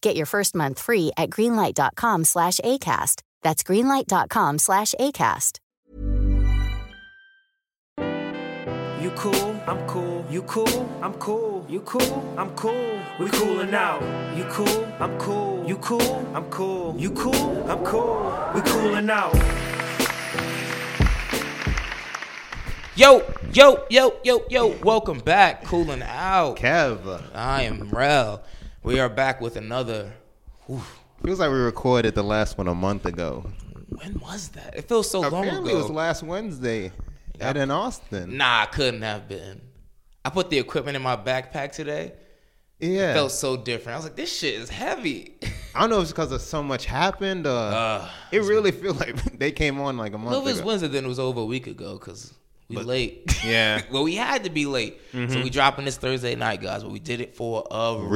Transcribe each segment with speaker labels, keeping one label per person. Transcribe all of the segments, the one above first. Speaker 1: Get your first month free at greenlight.com slash ACAST. That's greenlight.com slash ACAST.
Speaker 2: You cool, I'm cool. You cool, I'm cool. You cool, I'm cool. We coolin' out. You cool, I'm cool. You cool, I'm cool. You cool, I'm cool. We coolin' out.
Speaker 3: Yo, yo, yo, yo, yo. Welcome back, cooling out.
Speaker 4: Kev.
Speaker 3: I am Rel. We are back with another. Oof,
Speaker 4: Feels like we recorded the last one a month ago.
Speaker 3: when was that? It feels so long
Speaker 4: Apparently
Speaker 3: ago.
Speaker 4: it was last Wednesday at in Austin.
Speaker 3: nah, I couldn't have been. I put the equipment in my backpack today.
Speaker 4: yeah.
Speaker 3: Felt so different. I was like, this shit is heavy.
Speaker 4: I don't know if it's because of so much happened. Uh, it really feels like they came on like a
Speaker 3: Well, it
Speaker 4: month
Speaker 3: was
Speaker 4: ago.
Speaker 3: Wednesday, then it was over a week ago because we late.
Speaker 4: Yeah. Mm-hmm.
Speaker 3: well, we had to be late, so we dropping this Thursday night, guys. But we did it for a reason.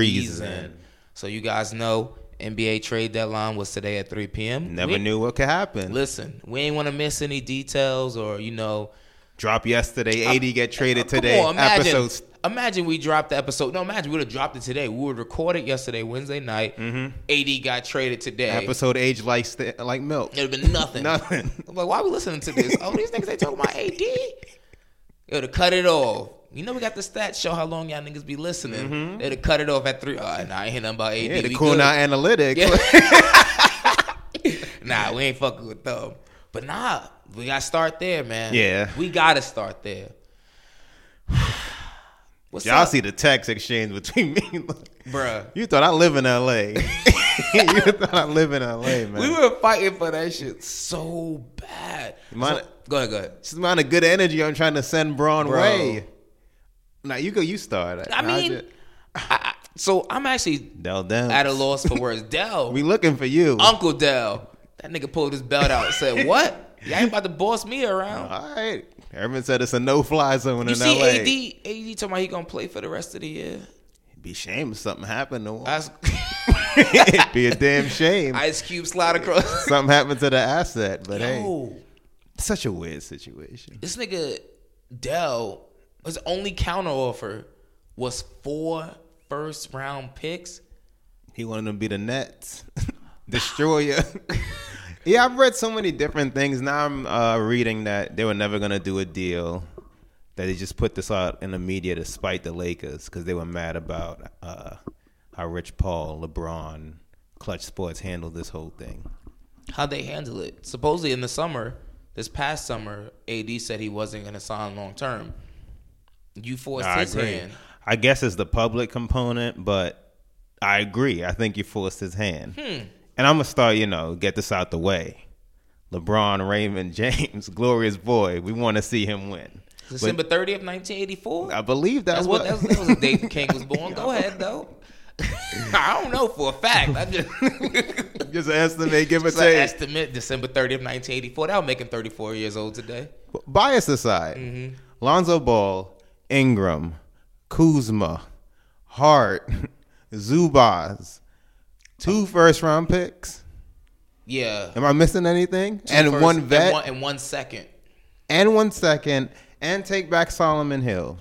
Speaker 4: Reason.
Speaker 3: So you guys know NBA trade deadline was today at 3 p.m.
Speaker 4: Never
Speaker 3: We-
Speaker 4: knew what could happen.
Speaker 3: Listen, we ain't want to miss any details or you know.
Speaker 4: Drop yesterday. AD get traded
Speaker 3: Come
Speaker 4: today.
Speaker 3: on, imagine.
Speaker 4: Episodes.
Speaker 3: Imagine we dropped the episode. No, imagine we would have dropped it today. We would record it yesterday, Wednesday night. AD got traded today.
Speaker 4: Mm-hmm. Episode age like st- like milk.
Speaker 3: It'd have been nothing.
Speaker 4: Nothing.
Speaker 3: I'm like, why are we listening to this? Oh, these niggas ain't talking about AD. It would have cut it off. You know, we got the stats show how long y'all niggas be listening. It'd have cut it off at three. Uh, nah, I ain't hear nothing about AD.
Speaker 4: Mm-hmm. Yeah, the
Speaker 3: We
Speaker 4: cool
Speaker 3: good.
Speaker 4: now analytics.
Speaker 3: Nah, we ain't fucking with them. But nah, we gotta start there, man.
Speaker 4: Yeah.
Speaker 3: We gotta start there. What's
Speaker 4: Y'all
Speaker 3: up,
Speaker 4: see the text exchange between me.
Speaker 3: bruh?
Speaker 4: you thought I live in LA. you thought I live in LA, man.
Speaker 3: We were fighting for that shit so bad.
Speaker 4: Mine-
Speaker 3: So- go ahead, go ahead.
Speaker 4: It's the amount of good energy I'm trying to send Braun
Speaker 3: Bro.
Speaker 4: way. Now you go, you start.
Speaker 3: I mean, I, I, so I'm actually
Speaker 4: Dell down.
Speaker 3: at a Um, loss for words. Dell,
Speaker 4: We looking for you.
Speaker 3: Uncle Dell. That nigga pulled his belt out and said, What? Y'all ain't about to boss me around.
Speaker 4: All right. Herman said it's a no-fly zone
Speaker 3: you
Speaker 4: in
Speaker 3: see
Speaker 4: LA.
Speaker 3: AD, AD talking about he gonna play for the rest of the year.
Speaker 4: Be shame if something happened to him.
Speaker 3: Ice,
Speaker 4: Be a damn shame.
Speaker 3: Ice Cube slide across.
Speaker 4: something happened to the asset, but hey,
Speaker 3: Yo,
Speaker 4: it's such a weird situation.
Speaker 3: this nigga Dell, his only counter offer was four first round picks.
Speaker 4: He wanted to be the Nets destroyer. yeah, I've read so many different things. Now I'm uh, reading that they were never gonna do a deal. That they just put this out in the media to spite the Lakers because they were mad about uh, how Rich Paul, LeBron, Clutch Sports handled this whole thing.
Speaker 3: How they handle it. Supposedly in the summer, this past summer, AD said he wasn't gonna sign long term. You forced
Speaker 4: I
Speaker 3: his
Speaker 4: agree.
Speaker 3: hand.
Speaker 4: I guess it's the public component, but I agree. I think you forced his hand.
Speaker 3: Hmm.
Speaker 4: And I'm gonna start, you know, get this out the way. LeBron, Raymond James, glorious boy. We want to see him win.
Speaker 3: December 30th, 1984.
Speaker 4: I believe that
Speaker 3: That's
Speaker 4: was
Speaker 3: what that was, that was the day King was born. Go ahead though. I don't know for a fact. I just,
Speaker 4: just an estimate, give or
Speaker 3: just an
Speaker 4: take.
Speaker 3: estimate December 30th, 1984. That'll make him 34 years old today.
Speaker 4: Bias aside,
Speaker 3: Mm-hmm.
Speaker 4: Lonzo Ball, Ingram, Kuzma, Hart, Zubaz, two first round picks.
Speaker 3: Yeah.
Speaker 4: Am I missing anything? and
Speaker 3: First-
Speaker 4: one vet
Speaker 3: and one, and one second.
Speaker 4: and one second and take back Solomon Hill.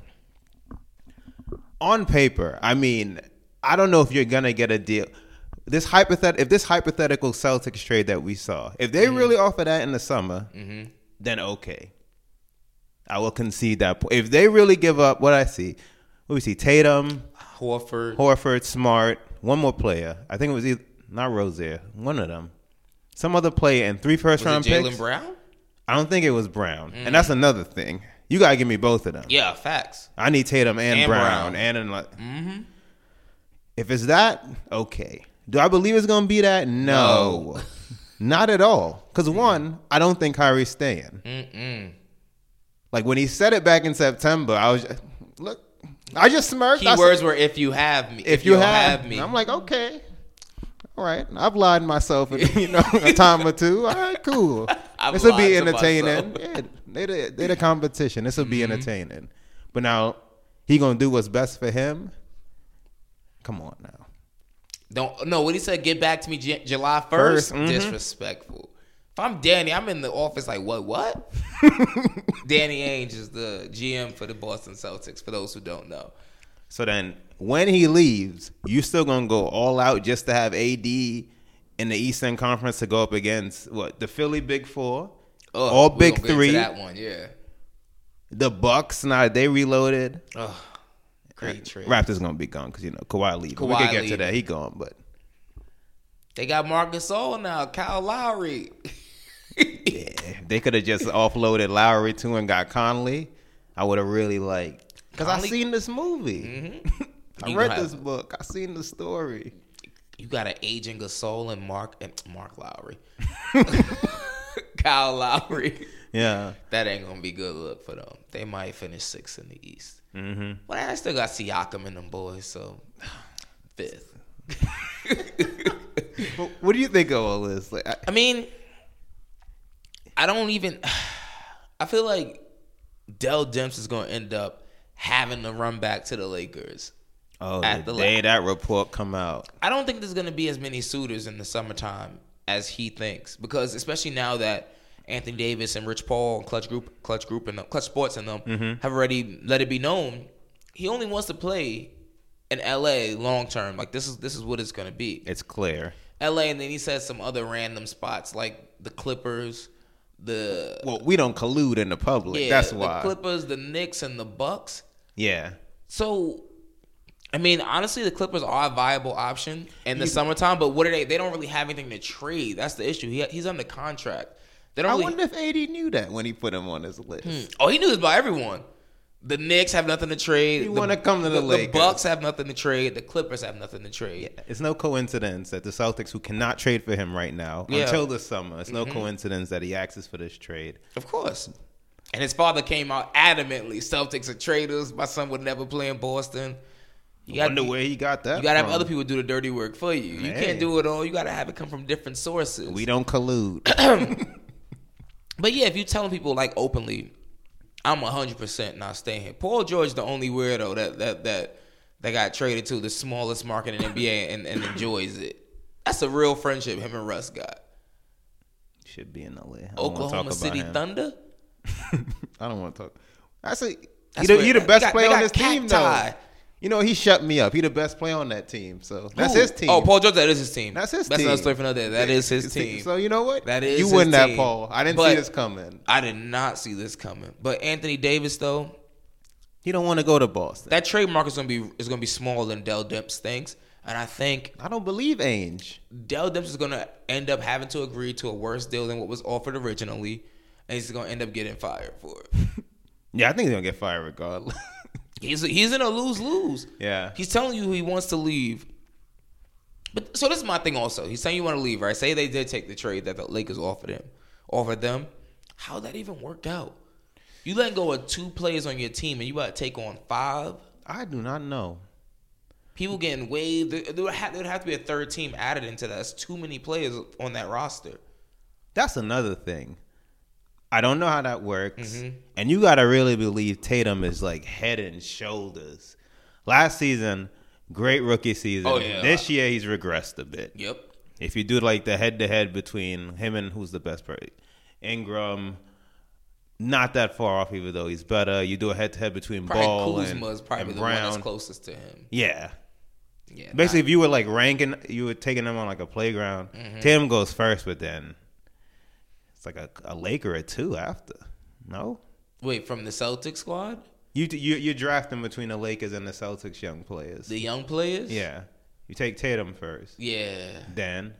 Speaker 4: On paper, I mean, I don't know if you're gonna get a deal. This hypothet if this hypothetical Celtics trade that we saw, if
Speaker 3: Mm-hmm.
Speaker 4: they really offer that in the summer, then okay, I will concede that point. If they really give up, what I see, what we see, Tatum,
Speaker 3: Horford.
Speaker 4: e, Horford, Smart, one more player. I think it was either, not Rozier, one of them. some other player, and three first round
Speaker 3: Was it Jalen
Speaker 4: picks.
Speaker 3: Brown?
Speaker 4: I don't think it was Brown, and that's another thing. You gotta give me both of them.
Speaker 3: Yeah, facts.
Speaker 4: I need Tatum and,
Speaker 3: And
Speaker 4: Brown,
Speaker 3: Brown.
Speaker 4: and and like. If it's that, okay. Do I believe it's gonna be that? No, not at all. Because one, I don't think Kyrie's staying. Like when he said it back in September, I was just, look. I just smirked. I said,
Speaker 3: Keywords were if you have me.
Speaker 4: if you
Speaker 3: don't
Speaker 4: have,
Speaker 3: me.
Speaker 4: I'm like, okay, all right. I've lied to myself, you know, a time or two. All right, cool.
Speaker 3: I've
Speaker 4: This will be
Speaker 3: lied to
Speaker 4: entertaining.
Speaker 3: myself. Mm-hmm.
Speaker 4: Yeah, they the, they the competition. This will be entertaining. But now he gonna do what's best for him. Come on now.
Speaker 3: Don't no. What he said? Get back to me J- July 1st
Speaker 4: First, mhm.
Speaker 3: Disrespectful. If I'm Danny, I'm in the office like what? What? Danny Ainge is the GM for the Boston Celtics. For those who don't know,
Speaker 4: So then when he leaves, you still gonna go all out just to have AD in the Eastern Conference to go up against what the Philly Big Four,
Speaker 3: Ugh,
Speaker 4: all
Speaker 3: we
Speaker 4: Big
Speaker 3: gonna get into
Speaker 4: Three,
Speaker 3: That one, yeah.
Speaker 4: the Bucks. Now they reloaded.
Speaker 3: Ugh, great trade.
Speaker 4: Raptors gonna be gone because you know Kawhi leaving. we
Speaker 3: Kawhi
Speaker 4: could get to
Speaker 3: leaving.
Speaker 4: that. He gone, but
Speaker 3: They got Marc Gasol now. Kyle Lowry.
Speaker 4: if they could have just offloaded Lowry too and got Conley, I would have really like because I
Speaker 3: Conley-
Speaker 4: seen this movie, I
Speaker 3: You
Speaker 4: read
Speaker 3: gonna
Speaker 4: this
Speaker 3: have-
Speaker 4: book, I seen the story.
Speaker 3: You got an aging Gasol and Mark and Mark Lowry. Kyle Lowry.
Speaker 4: Yeah,
Speaker 3: That ain't gonna be good look for them. They might finish sixth in the East. Mm-hmm. But I still got Siakam and them boys, so fifth.
Speaker 4: but what do you think of all this? Like, I,
Speaker 3: I mean, I don't even. I feel like Dell Demps is gonna end up having to run back to the Lakers.
Speaker 4: oh,
Speaker 3: At
Speaker 4: the
Speaker 3: the
Speaker 4: day
Speaker 3: la-
Speaker 4: that report come out,
Speaker 3: I don't think there's gonna be as many suitors in the summertime as he thinks, because especially now that Anthony Davis and Rich Paul and Clutch Group, Clutch Group and Clutch Sports and them
Speaker 4: Mm-hmm.
Speaker 3: have already let it be known, he only wants to play in L.A. long term. Like this is this is what it's gonna be.
Speaker 4: it's clear.
Speaker 3: L.A. and then he says some other random spots like the Clippers, the
Speaker 4: Well, we don't collude in the public. That's
Speaker 3: the
Speaker 4: why.
Speaker 3: Clippers, the Knicks, and the Bucks.
Speaker 4: yeah,
Speaker 3: So, I mean, honestly, the Clippers are a viable option in the summertime, but what are they? They don't really have anything to trade. That's the issue. He, he's under contract. They don't
Speaker 4: I
Speaker 3: really.
Speaker 4: wonder if AD knew that when he put him on his list.
Speaker 3: oh, he knew this about everyone. The Knicks have nothing to trade.
Speaker 4: He
Speaker 3: The-
Speaker 4: wanna come to the
Speaker 3: The
Speaker 4: Lakers.
Speaker 3: Bucks have nothing to trade. The Clippers have nothing to trade.
Speaker 4: It's no coincidence that the Celtics, who cannot trade for him right now
Speaker 3: Yeah. Mm-hmm.
Speaker 4: until the summer, it's no coincidence that he asks us for this trade.
Speaker 3: Of course. And his father came out adamantly: Celtics are traitors. My son would never play in Boston. You
Speaker 4: I
Speaker 3: gotta
Speaker 4: wonder
Speaker 3: be-
Speaker 4: where he got that.
Speaker 3: You gotta have
Speaker 4: from.
Speaker 3: other people do the dirty work for you. You
Speaker 4: Hey.
Speaker 3: can't do it all. You gotta have it come from different sources.
Speaker 4: We don't collude.
Speaker 3: But yeah, if you telling people like openly, I'm 100 percent not staying here. Paul George the only weirdo that that that that got traded to the smallest market in NBA and, and enjoys it. That's a real friendship him and Russ got.
Speaker 4: Should be in LA. I don't wanna talk
Speaker 3: Oklahoma
Speaker 4: about
Speaker 3: City
Speaker 4: him.
Speaker 3: Thunder.
Speaker 4: I don't want to talk. I say you
Speaker 3: That's
Speaker 4: know,
Speaker 3: where-
Speaker 4: you're the
Speaker 3: they
Speaker 4: best
Speaker 3: got-
Speaker 4: player
Speaker 3: they
Speaker 4: on this
Speaker 3: got
Speaker 4: team, though.
Speaker 3: cacti.
Speaker 4: You know he shut me up. He the best player on that team. So that's
Speaker 3: Who?
Speaker 4: his team.
Speaker 3: Oh, Paul George, that is his team.
Speaker 4: That's his
Speaker 3: That's
Speaker 4: team.
Speaker 3: another story for another day. That is his team.
Speaker 4: So you know what?
Speaker 3: That is
Speaker 4: you
Speaker 3: his
Speaker 4: win that,
Speaker 3: team.
Speaker 4: Paul. I didn't see
Speaker 3: But-
Speaker 4: this coming.
Speaker 3: I did not see this coming. But Anthony Davis though,
Speaker 4: He don't want to go to Boston.
Speaker 3: that trade market is gonna be is gonna be smaller than Dell Demps thinks. And I think
Speaker 4: I don't believe Ainge.
Speaker 3: Dell Demps is gonna end up having to agree to a worse deal than what was offered originally, and he's gonna end up getting fired for it.
Speaker 4: Yeah, I think he's gonna get fired regardless.
Speaker 3: He's he's in a lose lose.
Speaker 4: Yeah.
Speaker 3: he's telling you he wants to leave. But so this is my thing also. He's saying you want to leave, right? Say they did take the trade that the Lakers offered him, offered them. How would that even work out? You letting go of two players on your team, and you about to take on five.
Speaker 4: I do not know.
Speaker 3: People getting waived. There, there would have, there would have to be a third team added into that. That's too many players on that roster.
Speaker 4: That's another thing. I don't know how that works.
Speaker 3: Mm-hmm.
Speaker 4: And you got to really believe Tatum is like head and shoulders. Last season, great rookie season.
Speaker 3: Oh, yeah.
Speaker 4: This year, he's regressed a bit.
Speaker 3: Yep.
Speaker 4: If you do like the head to head between him and who's the best player, Ingram, not that far off, even though he's better. You do a head to head between
Speaker 3: Probably
Speaker 4: Ball and,
Speaker 3: Kuzma is probably
Speaker 4: and
Speaker 3: the
Speaker 4: Brown.
Speaker 3: one that's closest to him.
Speaker 4: Yeah.
Speaker 3: Yeah.
Speaker 4: Basically, if you were like ranking, you were taking them on like a playground.
Speaker 3: Mm-hmm.
Speaker 4: Tim goes first, but then it's like a, a Laker or two after. No,
Speaker 3: not- wait, from the Celtics squad,
Speaker 4: you you you're drafting between the Lakers and the Celtics young players.
Speaker 3: the young players.
Speaker 4: yeah, you take Tatum first,
Speaker 3: Yeah.
Speaker 4: then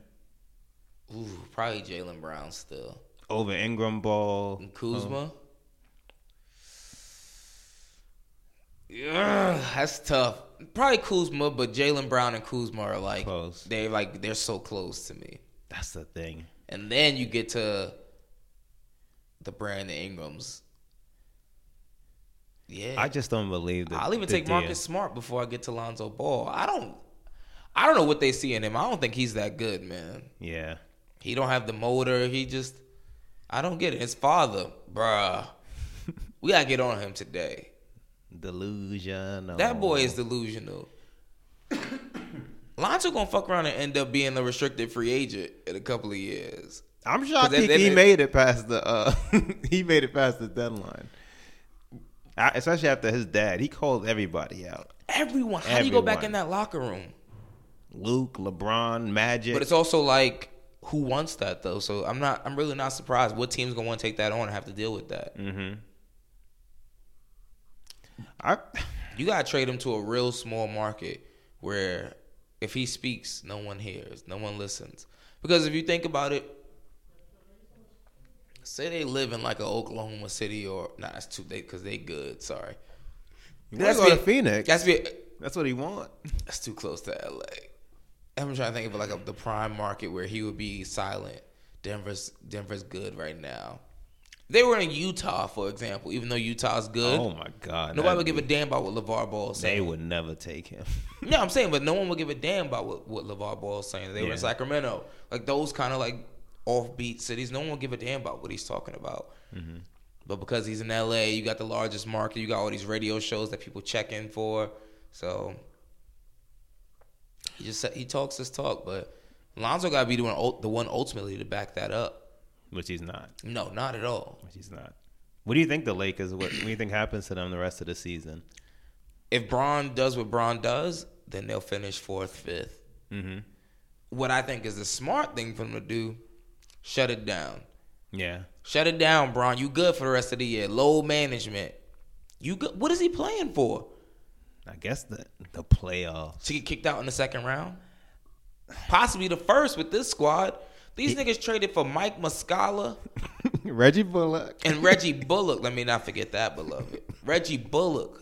Speaker 3: Ooh, probably Jalen Brown still.
Speaker 4: Over Ingram Ball.
Speaker 3: And Kuzma. Ugh, that's tough. Probably Kuzma, but Jalen Brown and Kuzma are like
Speaker 4: Close.
Speaker 3: they like they're so close to me.
Speaker 4: That's the thing.
Speaker 3: And then you get to the Brandon Ingrams. Yeah.
Speaker 4: I just don't believe that.
Speaker 3: I'll even take Marcus Smart before I get to Lonzo Ball. I don't I don't know what they see in him. I don't think he's that good, man.
Speaker 4: Yeah.
Speaker 3: He don't have the motor. He just I don't get it. His father, bruh. we gotta get on him today.
Speaker 4: Delusion.
Speaker 3: That boy is delusional. Lonzo gonna fuck around and end up being a restricted free agent in a couple of years.
Speaker 4: I'm shocked
Speaker 3: that-
Speaker 4: he,
Speaker 3: that-
Speaker 4: he
Speaker 3: that-
Speaker 4: made it past the. Uh, he made it past the deadline. I, especially after his dad, he called everybody out.
Speaker 3: Everyone, how do you go
Speaker 4: Everyone.
Speaker 3: back in that locker room?
Speaker 4: Luke, LeBron, Magic.
Speaker 3: But it's also like, who wants that though? So I'm not. I'm really not surprised. What team's gonna want to take that on and have to deal with that?
Speaker 4: I,
Speaker 3: You gotta trade him to a real small market where if he speaks, no one hears, no one listens. Because if you think about it, say they live in like a Oklahoma City or nah, that's too they because they good. Sorry,
Speaker 4: Let's go to Phoenix.
Speaker 3: That's be
Speaker 4: that's what he want.
Speaker 3: that's too close to LA. I'm trying to think of like a, the prime market where he would be silent. Denver's Denver's good right now. They were in Utah, for example, even though Utah's good.
Speaker 4: Oh my God!
Speaker 3: Nobody
Speaker 4: that'd
Speaker 3: would give
Speaker 4: be-
Speaker 3: a damn about what LeVar Ball said.
Speaker 4: They would never take him.
Speaker 3: No, I'm saying, but no one would give a damn about what, what LeVar Ball's saying. They were
Speaker 4: Yeah.
Speaker 3: in Sacramento. Like those kind of like offbeat cities, no one will give a damn about what he's talking about. But because he's in LA, you got the largest market, you got all these radio shows that people check in for. So he just said- he talks his talk, but Lonzo got to be the one, ul- the one ultimately to back that up.
Speaker 4: Which he's not.
Speaker 3: No, not at all.
Speaker 4: Which he's not. What do you think the Lakers? What, what do you think happens to them the rest of the season?
Speaker 3: if Braun does what Braun does, then they'll finish fourth, fifth. What I think is the smart thing for them to do, shut it down.
Speaker 4: Yeah.
Speaker 3: Shut it down, Braun. You good for the rest of the year. Low management. You good. What is he playing for?
Speaker 4: I guess the the playoffs.
Speaker 3: To get kicked out in the second round? Possibly the first with this squad. These niggas traded for Mike Muscala
Speaker 4: Reggie Bullock.
Speaker 3: and Reggie Bullock. Let me not forget that, beloved. Reggie Bullock.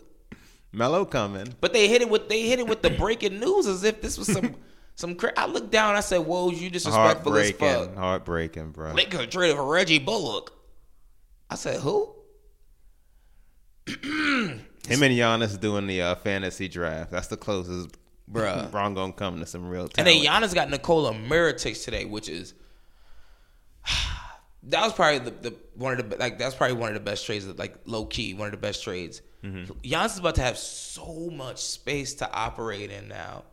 Speaker 4: Melo coming.
Speaker 3: But they hit it with they hit it with the breaking news as if this was some some. Cra- I looked down. I said, "Whoa, you disrespectful as
Speaker 4: Heartbreaking.
Speaker 3: fuck."
Speaker 4: Heartbreaking, bro.
Speaker 3: They could trade for Reggie Bullock. I said, "Who?"
Speaker 4: Him and Giannis doing the uh, fantasy draft. That's the closest
Speaker 3: Bruh.
Speaker 4: Bron gonna come to some real
Speaker 3: And
Speaker 4: talent.
Speaker 3: then Giannis got Nikola Mirotic today, which is that was probably the, the one of the like that's probably one of the best trades. Like low key, one of the best trades. Giannis is about to have so much space to operate in now,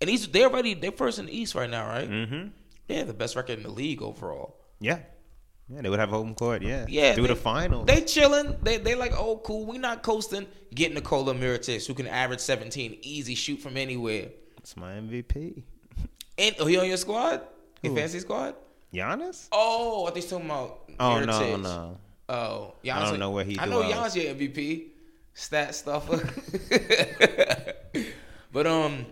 Speaker 3: and he's they're already they're first in the East right now, right? Mm-hmm. They have the best record in the league overall.
Speaker 4: yeah. Yeah, they would have home court. Yeah.
Speaker 3: Yeah,
Speaker 4: Through
Speaker 3: they-
Speaker 4: the final.
Speaker 3: They chilling. They they like, oh cool, we not coasting. Get Nikola Mirotic, who can average 17, easy shoot from anywhere.
Speaker 4: That's my MVP.
Speaker 3: And oh, he on your squad? Your fancy squad?
Speaker 4: Giannis?
Speaker 3: Oh, I think he's talking about
Speaker 4: Oh no,
Speaker 3: Mirotic.
Speaker 4: no.
Speaker 3: Oh, Giannis,
Speaker 4: I don't know what he
Speaker 3: I
Speaker 4: do
Speaker 3: know
Speaker 4: out.
Speaker 3: Giannis your MVP, stat stuffer. but um,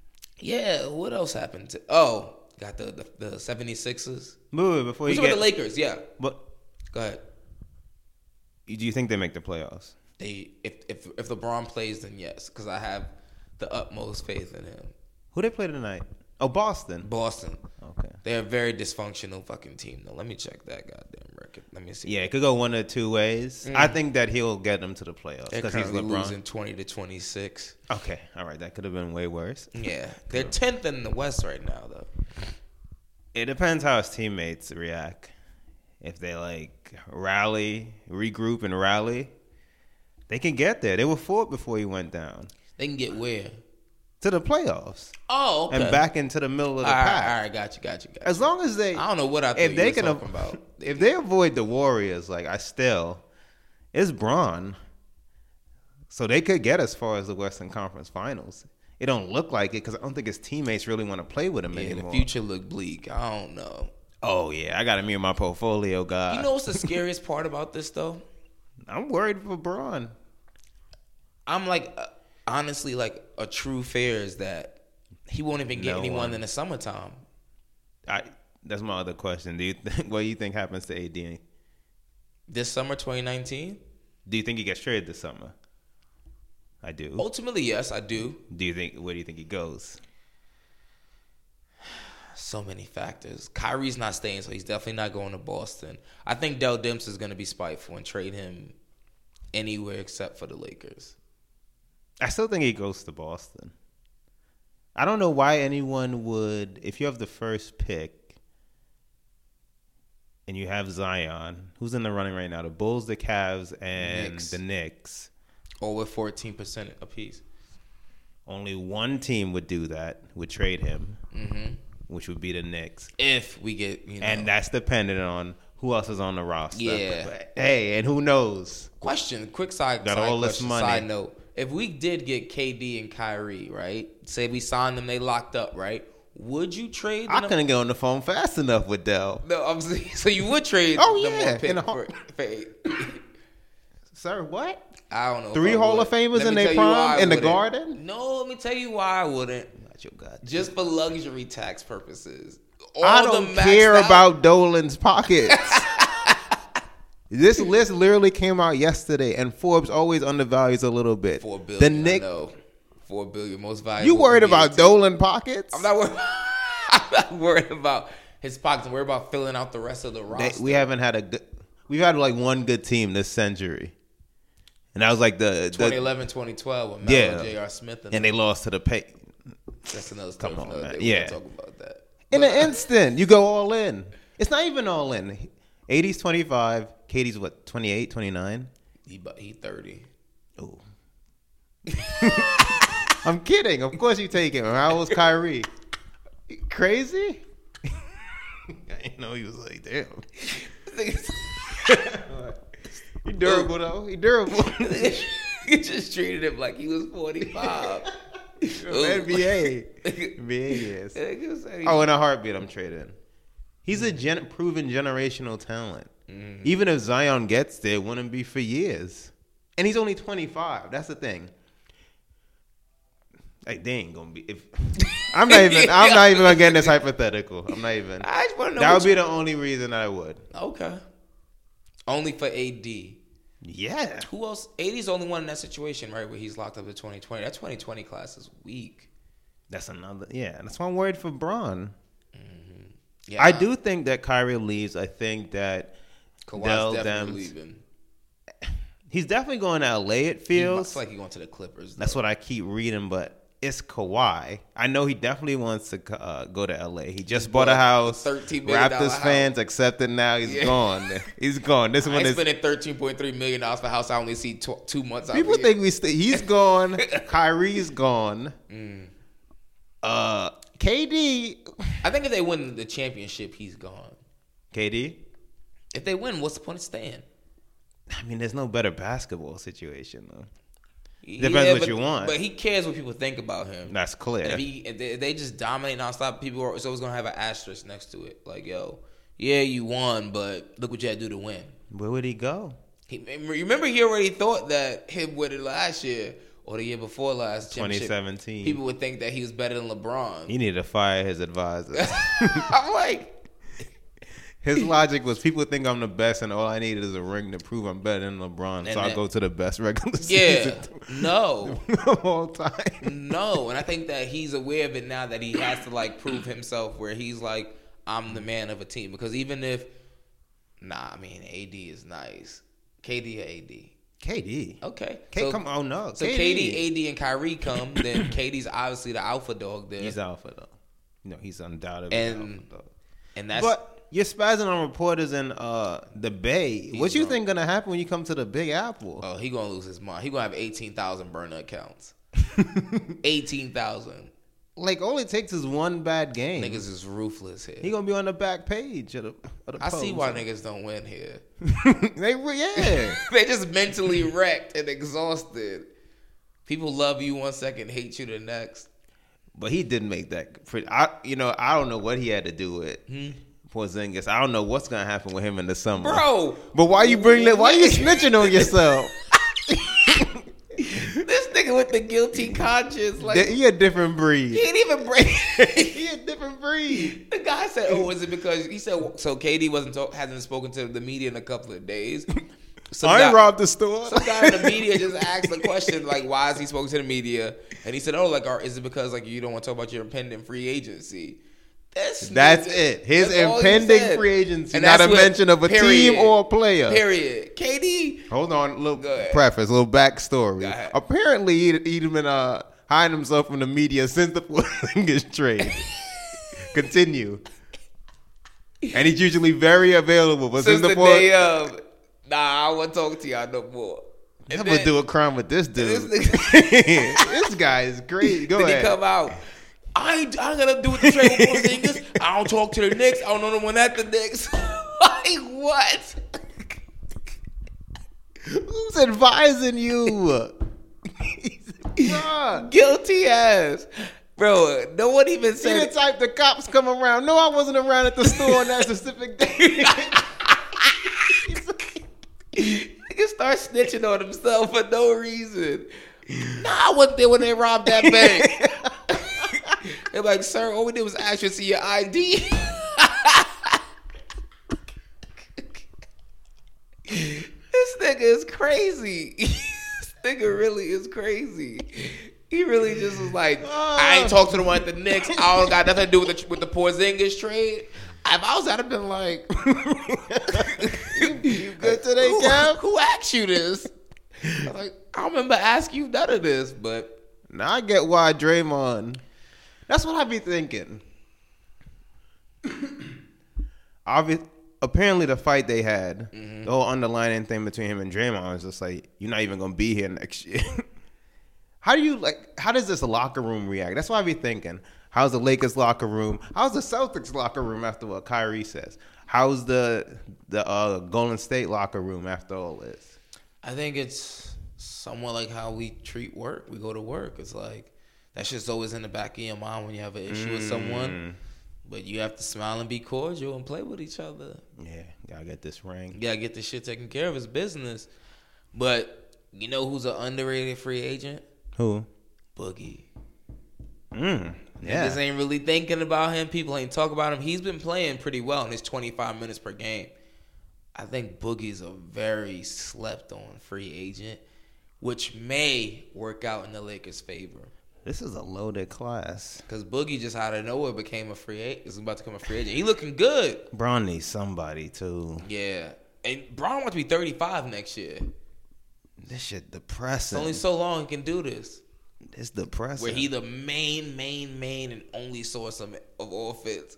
Speaker 3: yeah. What else happened? To, oh, got the the, the 76ers.
Speaker 4: Move it before
Speaker 3: What's
Speaker 4: you
Speaker 3: about
Speaker 4: get.
Speaker 3: the Lakers? Yeah.
Speaker 4: but
Speaker 3: Go ahead.
Speaker 4: do you think they make the playoffs?
Speaker 3: they if if if LeBron plays, then yes, because I have the utmost faith in him.
Speaker 4: Who they play tonight? Oh, Boston.
Speaker 3: Boston,
Speaker 4: Okay.
Speaker 3: they're a very dysfunctional fucking team. Though, let me check that goddamn record. Let me see.
Speaker 4: Yeah, it could go one or two ways. I think that he'll get them to the playoffs
Speaker 3: Mm. they're
Speaker 4: because he's
Speaker 3: currently
Speaker 4: LeBron.
Speaker 3: losing twenty to twenty six.
Speaker 4: Okay, all right, that could have been way worse.
Speaker 3: Yeah, they're tenth in the West right now, though.
Speaker 4: It depends how his teammates react. If they like rally, regroup, and rally, they can get there. They were fourth before he went down
Speaker 3: They can get where?
Speaker 4: to the playoffs
Speaker 3: Oh, okay.
Speaker 4: and back into the middle of the
Speaker 3: All right,
Speaker 4: pack.
Speaker 3: all right, got you, got you, got you.
Speaker 4: As long as they,
Speaker 3: I don't know what I thought
Speaker 4: if
Speaker 3: you
Speaker 4: they
Speaker 3: was
Speaker 4: can
Speaker 3: talking
Speaker 4: av-
Speaker 3: about.
Speaker 4: if they avoid the Warriors, like I still, it's Braun, so they could get as far as the Western Conference Finals. It don't look like it because I don't think his teammates really want to play with him
Speaker 3: Yeah, the
Speaker 4: anymore.
Speaker 3: future look bleak. I don't know.
Speaker 4: Oh yeah, I got him in my portfolio, guy.
Speaker 3: You know what's the scariest part about this though?
Speaker 4: I'm worried for Braun.
Speaker 3: I'm like, uh, honestly, like a true fear is that he won't even get
Speaker 4: No
Speaker 3: anyone
Speaker 4: one.
Speaker 3: in the summertime.
Speaker 4: I That's my other question. Do you think what do you think happens to AD?
Speaker 3: This summer, 2019.
Speaker 4: Do you think he gets traded this summer? I do.
Speaker 3: Ultimately, yes, I do.
Speaker 4: Do you think where do you think he goes?
Speaker 3: So many factors. Kyrie's not staying, so he's definitely not going to Boston. I think Dell Demps is going to be spiteful and trade him anywhere except for the Lakers.
Speaker 4: I still think he goes to Boston. I don't know why anyone would if you have the first pick and you have Zion, who's in the running right now? The Bulls, the Cavs, and
Speaker 3: Knicks.
Speaker 4: the Knicks.
Speaker 3: Or with 14% apiece.
Speaker 4: Only one team would do that, would trade him, which would be the Knicks.
Speaker 3: If we get, you know.
Speaker 4: And that's dependent on who else is on the roster.
Speaker 3: Yeah.
Speaker 4: But- but, hey, and who knows?
Speaker 3: Question, quick side,
Speaker 4: Got
Speaker 3: side
Speaker 4: all this
Speaker 3: question,
Speaker 4: money.
Speaker 3: side note. If we did get KD and Kyrie, right? Say we signed them, they locked up, right? Would you trade
Speaker 4: I
Speaker 3: them?
Speaker 4: couldn't get on the phone fast enough with Dell.
Speaker 3: No, I'm saying, so you would trade
Speaker 4: Oh,
Speaker 3: them
Speaker 4: yeah,
Speaker 3: one pick
Speaker 4: in a-
Speaker 3: for, for-
Speaker 4: Sir, what?
Speaker 3: I don't know. if
Speaker 4: Three
Speaker 3: I
Speaker 4: Hall
Speaker 3: would.
Speaker 4: of Famers
Speaker 3: Let
Speaker 4: in
Speaker 3: me
Speaker 4: their
Speaker 3: tell you why
Speaker 4: prime
Speaker 3: I
Speaker 4: in the
Speaker 3: wouldn't.
Speaker 4: Garden?
Speaker 3: No, let me tell you why I wouldn't.
Speaker 4: Not your God.
Speaker 3: Just for luxury tax purposes. All
Speaker 4: I
Speaker 3: the
Speaker 4: don't
Speaker 3: maxed
Speaker 4: care
Speaker 3: out-
Speaker 4: about Dolan's pockets. this list literally came out yesterday, and Forbes always undervalues a little bit.
Speaker 3: four billion.
Speaker 4: the
Speaker 3: I
Speaker 4: Knicks.
Speaker 3: know. Four billion most valuable.
Speaker 4: You worried
Speaker 3: NBA
Speaker 4: about
Speaker 3: team.
Speaker 4: Dolan pockets?
Speaker 3: I'm not worried. I'm not worried about his pockets. I'm worried about filling out the rest of the roster.
Speaker 4: They- we haven't had a good. We've had like one good team this century, and I was like the, the
Speaker 3: 2011, 2012 with Melo,
Speaker 4: Yeah.
Speaker 3: J.R. Smith, and,
Speaker 4: and they lost to the pay.
Speaker 3: that's another story.
Speaker 4: Come
Speaker 3: for
Speaker 4: on,
Speaker 3: another
Speaker 4: man.
Speaker 3: day.
Speaker 4: Yeah.
Speaker 3: we can talk about that.
Speaker 4: In an instant, you go all in. It's not even all in. 80's 25. Katie's what 28, 29.
Speaker 3: He, bu- he thirty.
Speaker 4: Oh. I'm kidding. Of course you take him. How was Kyrie? You Crazy? I didn't know he was like, damn. He durable though. He durable.
Speaker 3: you just treated him like he was forty five.
Speaker 4: NBA. NBA, yes.
Speaker 3: Oh,
Speaker 4: Oh, in a heartbeat, I'm trading. He's a gen- proven generational talent. Even if Zion gets there, it wouldn't be for years. And he's only 25. That's the thing. Like, they ain't gonna be. If I'm not even. I'm not even gonna get in this hypothetical. I'm not even.
Speaker 3: I just want to know.
Speaker 4: That
Speaker 3: what
Speaker 4: would be the only reason I would.
Speaker 3: you- okay. Only for AD.
Speaker 4: Yeah.
Speaker 3: Who else? AD's the only one in that situation, right? Where he's locked up to 2020. That 2020 class is weak.
Speaker 4: That's another. Yeah. That's why I'm worried for Braun.
Speaker 3: Yeah,
Speaker 4: I do think that Kyrie leaves. I think that
Speaker 3: Kawhi's
Speaker 4: Dell
Speaker 3: definitely
Speaker 4: Demps.
Speaker 3: leaving.
Speaker 4: he's definitely going to LA. It
Speaker 3: He
Speaker 4: feels
Speaker 3: looks like he's going to the Clippers.
Speaker 4: That's what I keep reading, but it's Kawhi. I know he definitely wants to uh, go to LA. He just bought a
Speaker 3: bought a
Speaker 4: house.
Speaker 3: $13 million
Speaker 4: Raptors
Speaker 3: house.
Speaker 4: fans accepted now. He's
Speaker 3: Yeah.
Speaker 4: gone. He's gone. This
Speaker 3: I
Speaker 4: one
Speaker 3: ain't
Speaker 4: is.
Speaker 3: spending thirteen point three million dollars for a house I only see tw- two months. out of
Speaker 4: People
Speaker 3: the
Speaker 4: think we. St- he's gone. Kyrie's gone.
Speaker 3: Mm.
Speaker 4: Uh, KD.
Speaker 3: year. I think if they win the championship, he's gone.
Speaker 4: KD.
Speaker 3: If they win, what's the point of staying?
Speaker 4: I mean, there's no better basketball situation though.
Speaker 3: Depends
Speaker 4: Depends what you want.
Speaker 3: But he cares what people think about him.
Speaker 4: That's
Speaker 3: And
Speaker 4: clear.
Speaker 3: if, he, if they- if they just dominate nonstop, people are it's always gonna have an asterisk next to it. Like, yo, yeah, you won, but look what you had to do to win.
Speaker 4: Where would he go?
Speaker 3: He, remember, he already thought that him winning last year or the year before last championship,
Speaker 4: 2017.
Speaker 3: People would think that he was better than LeBron.
Speaker 4: He needed to fire his advisor.
Speaker 3: I'm like,
Speaker 4: His logic was people think I'm the best, and all I need is a ring to prove I'm better than LeBron. so
Speaker 3: And
Speaker 4: I'll
Speaker 3: that-
Speaker 4: go to the best regular
Speaker 3: yeah,
Speaker 4: season
Speaker 3: no.
Speaker 4: of all time.
Speaker 3: No, and I think that he's aware of it now that he has to like prove himself where he's like, I'm the man of a team. Because even if nah, I mean AD is nice. KD or
Speaker 4: KD.
Speaker 3: AD. Okay.
Speaker 4: K- come on, no.
Speaker 3: So KD, AD, and Kyrie come, then KD's obviously the alpha dog there.
Speaker 4: He's alpha though. No, he's undoubtedly
Speaker 3: And-
Speaker 4: alpha though.
Speaker 3: and that's
Speaker 4: But you're spazzing on reporters in uh, the Bay. what you think gonna happen when you come to the Big Apple?
Speaker 3: oh, he gonna lose his mind. He gonna have eighteen thousand burner accounts. eighteen thousand.
Speaker 4: like all it takes is one bad game.
Speaker 3: Niggas is ruthless here.
Speaker 4: he gonna be on the back page of the. Of the
Speaker 3: I see why
Speaker 4: Post.
Speaker 3: niggas don't win here.
Speaker 4: they re- yeah.
Speaker 3: they just mentally wrecked and exhausted. People love you one second, hate you the next.
Speaker 4: But he did make that pretty. I you know I don't know what he had to do with
Speaker 3: Hmm?
Speaker 4: Porzingis. I don't know what's gonna happen with him in the summer,
Speaker 3: Bro,
Speaker 4: But why you bring that? Why you snitching on yourself?
Speaker 3: this nigga nigga with the guilty conscience. Like
Speaker 4: Th- He a different breed.
Speaker 3: he ain't even break.
Speaker 4: He a different breed.
Speaker 3: The guy said, "Oh, is it because he said so?" Katie wasn't talk, hasn't spoken to the media in a couple of days. Some
Speaker 4: I
Speaker 3: guy-
Speaker 4: ain't robbed the store.
Speaker 3: Some guy in the media just asked the question like, "Why is he spoken to the media?" And he said, "Oh, like, are, is it because like you don't want to talk about your impending free agency?" That's
Speaker 4: That's it. His impending free agency, not a mention of a team or a player.
Speaker 3: Period. KD.
Speaker 4: Hold on, little
Speaker 3: Go ahead.
Speaker 4: preface, little
Speaker 3: Go
Speaker 4: backstory.
Speaker 3: ahead.
Speaker 4: Apparently, he'd, he'd been uh, hiding himself from the media since the Porzingis trade. Continue. And he's usually very available, but
Speaker 3: Since
Speaker 4: since, the,
Speaker 3: the, day
Speaker 4: Porzingis,
Speaker 3: of, nah, I won't talk to y'all no more. And
Speaker 4: I'm
Speaker 3: then-
Speaker 4: gonna do a crime with this dude.
Speaker 3: This
Speaker 4: This,
Speaker 3: nigga-
Speaker 4: guy is great. Go
Speaker 3: Then he
Speaker 4: ahead.
Speaker 3: come out. I ain't, I ain't gonna do with the trade with Porzingis. I don't talk to the Knicks. I don't know no one at the Knicks. like what?
Speaker 4: Who's advising you? Bruh.
Speaker 3: Guilty ass, bro. No one even
Speaker 4: See the
Speaker 3: said.
Speaker 4: type the cops come around. No, I wasn't around at the store on that specific day.
Speaker 3: Nigga start snitching on himself for no reason. Nah, I wasn't there when they robbed that bank. They're like, sir, all we did was ask you to see your ID. this nigga is crazy. this nigga really is crazy. He really just was like, I ain't talked to the one at the Knicks. I don't got nothing to do with the with the Porzingis trade. If I was, I'd have been like, you,
Speaker 4: good today,
Speaker 3: who,
Speaker 4: Kev?"
Speaker 3: Who asked you this? I was like, I don't remember asking you none of this, but
Speaker 4: now I get why Draymond. That's what I be thinking. Obvi- apparently, the fight they had, the whole underlying thing between him and Draymond was just like, "You're not even gonna be here next year." how do you like? How does this locker room react? That's what I be thinking. How's the Lakers locker room? How's the Celtics locker room after what Kyrie says? How's the the uh, Golden State locker room after all this?
Speaker 3: I think it's somewhat like how we treat work. We go to work. It's like that shit's always in the back of your mind when you have an issue with someone. But you have to smile and be cordial and play with each other.
Speaker 4: Yeah, gotta get this ring.
Speaker 3: You gotta get this shit taken care of. It's business. But you know who's an underrated free agent?
Speaker 4: Who?
Speaker 3: Boogie.
Speaker 4: Yeah.
Speaker 3: Niggas ain't really thinking about him. People ain't talking about him. He's been playing pretty well in his 25 minutes per game. I think Boogie's a very slept on free agent, which may work out in the Lakers' favor.
Speaker 4: This is a loaded class.
Speaker 3: Because Boogie just out of nowhere became a free agent. Is about to become a free agent. He looking good.
Speaker 4: Braun needs somebody too.
Speaker 3: Yeah. And Braun wants to be 35 next year.
Speaker 4: This shit
Speaker 3: It's
Speaker 4: depressing.
Speaker 3: only so long he can do this.
Speaker 4: it's depressing.
Speaker 3: Where he the main, main, main, and only source of, of offense.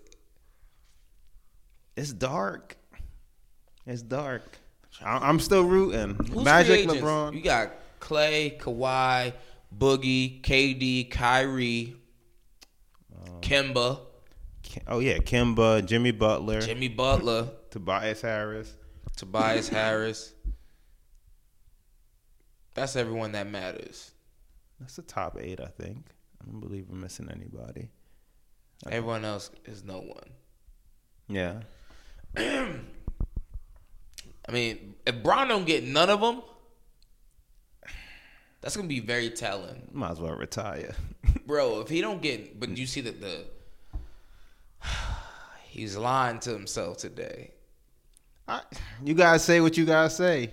Speaker 4: it's dark. It's dark. I- I'm still rooting.
Speaker 3: Who's free
Speaker 4: Magic,
Speaker 3: agents?
Speaker 4: LeBron.
Speaker 3: You got Clay, Kawhi, Boogie, KD, Kyrie, Kemba,
Speaker 4: Ki- oh yeah, Kimba, Jimmy Butler,
Speaker 3: Jimmy Butler,
Speaker 4: Tobias Harris.
Speaker 3: Tobias Harris. That's everyone that matters.
Speaker 4: That's the top eight, I think. I don't believe we're missing anybody.
Speaker 3: Everyone else is no one.
Speaker 4: Yeah.
Speaker 3: I mean, if Bron don't get none of them, that's gonna be very telling,
Speaker 4: Might as well retire.
Speaker 3: bro. If he don't get, but you see that the he's lying to himself today.
Speaker 4: I, you guys say what you guys say.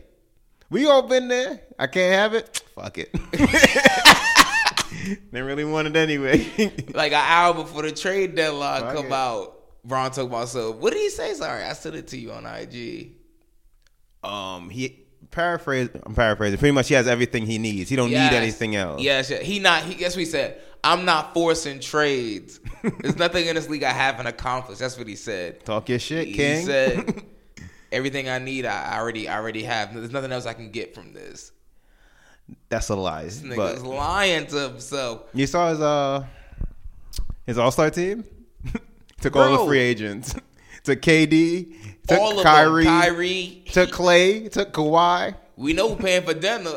Speaker 4: We all been there. I can't have it. Fuck it. they really want it anyway.
Speaker 3: like an hour before the trade deadline
Speaker 4: Fuck
Speaker 3: come
Speaker 4: it.
Speaker 3: out. Bron took myself. What did he say? Sorry, I sent it to you on IG.
Speaker 4: um he paraphrase I'm paraphrasing. Pretty much he has everything he needs. He don't
Speaker 3: Yes.
Speaker 4: need anything else.
Speaker 3: Yes, yeah. He not. He guess we said. I'm not forcing trades. There's nothing in this league I haven't accomplished. That's what he said.
Speaker 4: Talk your shit,
Speaker 3: He
Speaker 4: King.
Speaker 3: said, "Everything I need, I already, I already have. There's nothing else I can get from this."
Speaker 4: That's a lie.
Speaker 3: Nigga's
Speaker 4: But
Speaker 3: lying to himself.
Speaker 4: you saw his uh his all star team? took all
Speaker 3: Bro.
Speaker 4: the free agents. took KD, took
Speaker 3: All of
Speaker 4: Kyrie,
Speaker 3: them. Kyrie.
Speaker 4: took Clay, took Kawhi,
Speaker 3: We know who paying for dinner.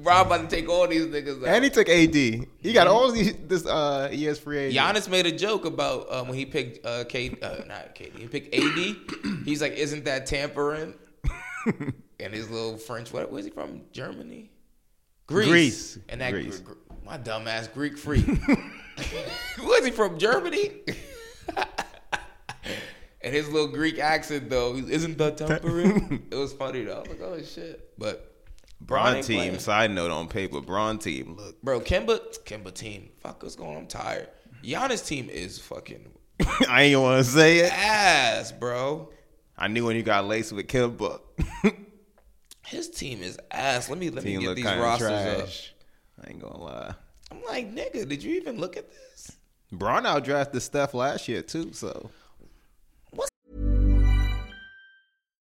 Speaker 3: Rob about to take all these niggas. Out.
Speaker 4: and he took AD. He got all these this uh ES free agents.
Speaker 3: Giannis made a joke about um, when he picked uh, K, uh, not KD, he picked AD. He's like, "Isn't that tampering?" and his little French, what, where's he from? Germany. Greece.
Speaker 4: Greece.
Speaker 3: And that
Speaker 4: Greece.
Speaker 3: Gr- gr- my dumbass Greek freak. Was he from Germany? and his little Greek accent though, he- isn't the tempering? it was funny though. I was like, oh shit. But Bron
Speaker 4: Braun
Speaker 3: ain't
Speaker 4: team.
Speaker 3: playing.
Speaker 4: Side note on paper, Braun team. Look,
Speaker 3: Bro, Kimba, Kimba team. Fuck, what's going on? I'm tired. Giannis team is fucking
Speaker 4: I ain't want to say it.
Speaker 3: ass, bro.
Speaker 4: I knew when you got laced with Kimba.
Speaker 3: His team is ass. Let me let
Speaker 4: Team
Speaker 3: me get
Speaker 4: look
Speaker 3: these
Speaker 4: kind of
Speaker 3: rosters
Speaker 4: trash. I ain't gonna lie.
Speaker 3: up. I'm like, nigga, did you even look at this?
Speaker 4: Braun outdrafted Steph last year too, so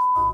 Speaker 5: a-"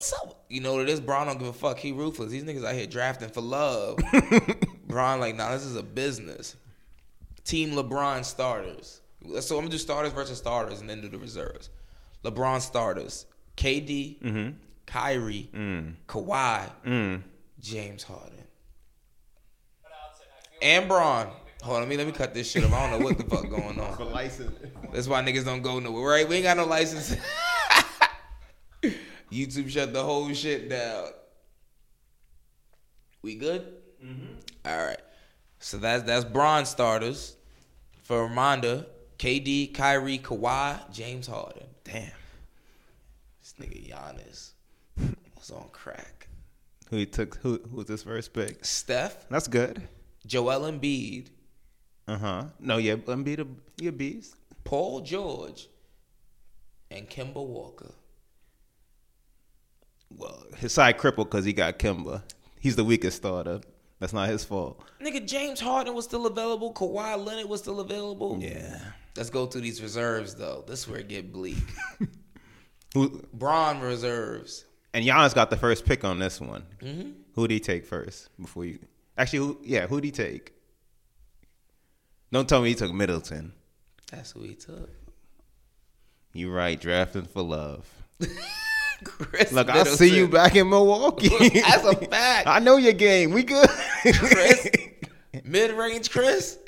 Speaker 3: So you know what it is? Bron don't give a fuck. He ruthless. These niggas out here drafting for love. Bron like, nah, this is a business. Team LeBron starters. So I'm gonna do starters versus starters, and then do the reserves. LeBron starters: KD, Kyrie, Kawhi, James Harden, and Bron. Hold on, let me let me cut this shit up. I don't know what the fuck going on.
Speaker 4: license.
Speaker 3: That's why niggas don't go nowhere, right? We ain't got no license. YouTube shut the whole shit down. We good? All right. So that's that's bronze starters. For Ramonda, KD, Kyrie, Kawhi, James Harden. Damn. This nigga Giannis was on crack.
Speaker 4: Who he took? Who who was his first pick?
Speaker 3: Steph,
Speaker 4: That's good.
Speaker 3: Joel Embiid,
Speaker 4: Uh huh. No, yeah, Embiid, a- he a beast.
Speaker 3: Paul George, and Kimba Walker.
Speaker 4: Well, his side crippled because he got Kimba. He's the weakest starter. That's not his fault.
Speaker 3: Nigga, James Harden was still available. Kawhi Leonard was still available.
Speaker 4: Yeah.
Speaker 3: Let's go through these reserves though. This is where it get bleak.
Speaker 4: Who?
Speaker 3: Braun reserves.
Speaker 4: And Giannis got the first pick on this one. Mm-hmm. Who would he take first before you? Actually, who, yeah, who would he take? Don't tell me he took Middleton.
Speaker 3: That's who he took.
Speaker 4: You right, drafting for love.
Speaker 3: Chris
Speaker 4: Look, I'll see you
Speaker 3: Middleton.
Speaker 4: back in Milwaukee.
Speaker 3: That's a fact.
Speaker 4: I know your game. We good.
Speaker 3: Chris. Mid range Chris.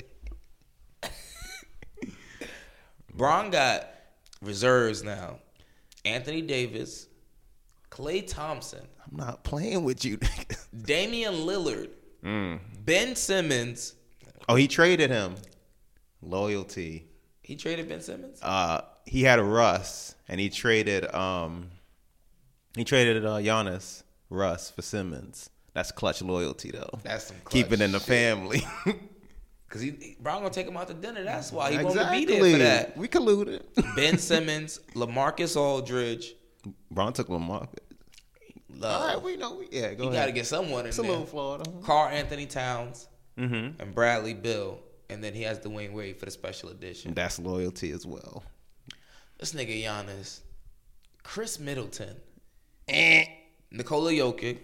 Speaker 3: Braun got reserves now. Anthony Davis, Clay Thompson,
Speaker 4: I'm not playing with you.
Speaker 3: Damian Lillard,
Speaker 4: Mm.
Speaker 3: Ben Simmons.
Speaker 4: oh, he traded him. Loyalty.
Speaker 3: He traded Ben Simmons?
Speaker 4: Uh, he had Russ, and he traded. Um, he traded uh, Giannis Russ for Simmons. That's clutch loyalty, though.
Speaker 3: That's some clutch
Speaker 4: keep it in the family.
Speaker 3: Cause he, he Brown gonna take him out to dinner. That's why he won't be there for that.
Speaker 4: We colluded.
Speaker 3: Ben Simmons, Lamarcus Aldridge,
Speaker 4: Bron took Lamar.
Speaker 3: love.
Speaker 4: All right, we know. We, yeah, go
Speaker 3: you
Speaker 4: ahead.
Speaker 3: got to get someone in
Speaker 4: It's a
Speaker 3: there.
Speaker 4: little flawed. uh-huh.
Speaker 3: Carl Anthony Towns
Speaker 4: Mm-hmm.
Speaker 3: and Bradley Bill, and then he has Dwayne Wade for the special edition.
Speaker 4: That's loyalty as well.
Speaker 3: This nigga Giannis, Chris Middleton, eh, Nikola Jokic,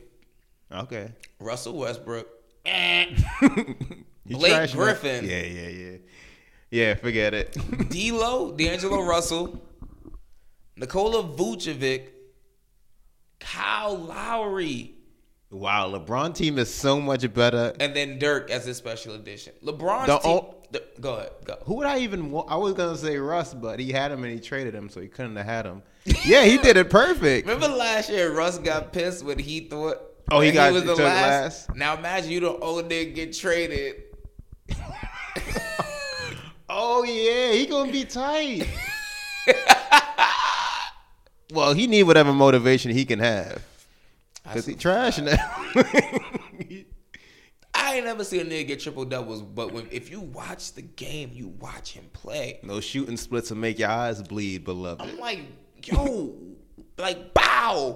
Speaker 4: Okay.
Speaker 3: Russell Westbrook,
Speaker 4: You
Speaker 3: Blake
Speaker 4: trash, man.
Speaker 3: Griffin.
Speaker 4: Yeah, yeah, yeah. Yeah, forget it.
Speaker 3: D'Lo, D'Angelo Russell, Nikola Vucevic, Kyle Lowry,
Speaker 4: wow, LeBron team is so much better.
Speaker 3: and then Dirk as his special edition. LeBron's
Speaker 4: The
Speaker 3: team.
Speaker 4: o-
Speaker 3: the- go ahead, go.
Speaker 4: Who would I even? wa- I was gonna say Russ, but he had him and he traded him, so he couldn't have had him. Yeah, he did it perfect.
Speaker 3: Remember last year, Russ got pissed when he thought.
Speaker 4: Oh, he
Speaker 3: that
Speaker 4: got- took last?
Speaker 3: Now imagine you the old nigga get traded.
Speaker 4: Oh yeah, he gonna be tight. well, he need whatever motivation he can have because he trash now.
Speaker 3: I ain't never seen a nigga get triple doubles, but when if you watch the game, you watch him play.
Speaker 4: no shooting splits will make your eyes bleed, beloved.
Speaker 3: I'm like, yo, like bow.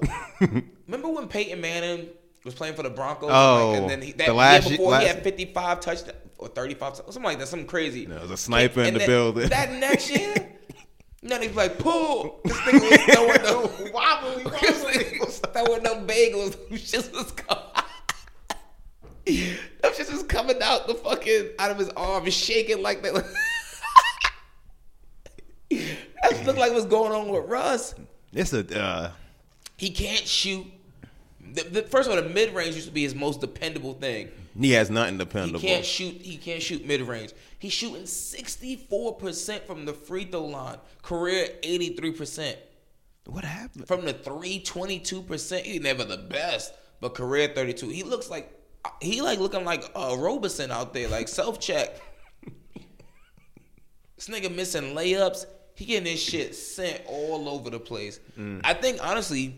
Speaker 3: Remember when Peyton Manning was playing for the Broncos?
Speaker 4: Oh,
Speaker 3: like, and then he, that
Speaker 4: the last
Speaker 3: year
Speaker 4: ye-
Speaker 3: before he
Speaker 4: last-
Speaker 3: had 55 touchdowns or 35, tou- something like that, something crazy.
Speaker 4: No, it was a sniper in
Speaker 3: And
Speaker 4: the
Speaker 3: that-
Speaker 4: building.
Speaker 3: That next year, none of like pull. This nigga was throwing the wobbly, This nigga was throwing them bagels. Them shits was coming. them shits was coming out the fucking out of his arm, shaking like that. That looked like what's going on with Russ.
Speaker 4: This a uh,
Speaker 3: He can't shoot. The, the, first of all, the mid range used to be his most dependable thing.
Speaker 4: he has nothing
Speaker 3: He
Speaker 4: dependable.
Speaker 3: can't shoot. He can't shoot mid range. He's shooting sixty four percent from the free throw line. Career eighty three percent
Speaker 4: What happened?
Speaker 3: from the three. Twenty two percent. He's never the best, but career thirty two. He looks like he like looking like uh, Robeson out there, like self check. this nigga missing layups. He getting his shit sent all over the place. I think honestly,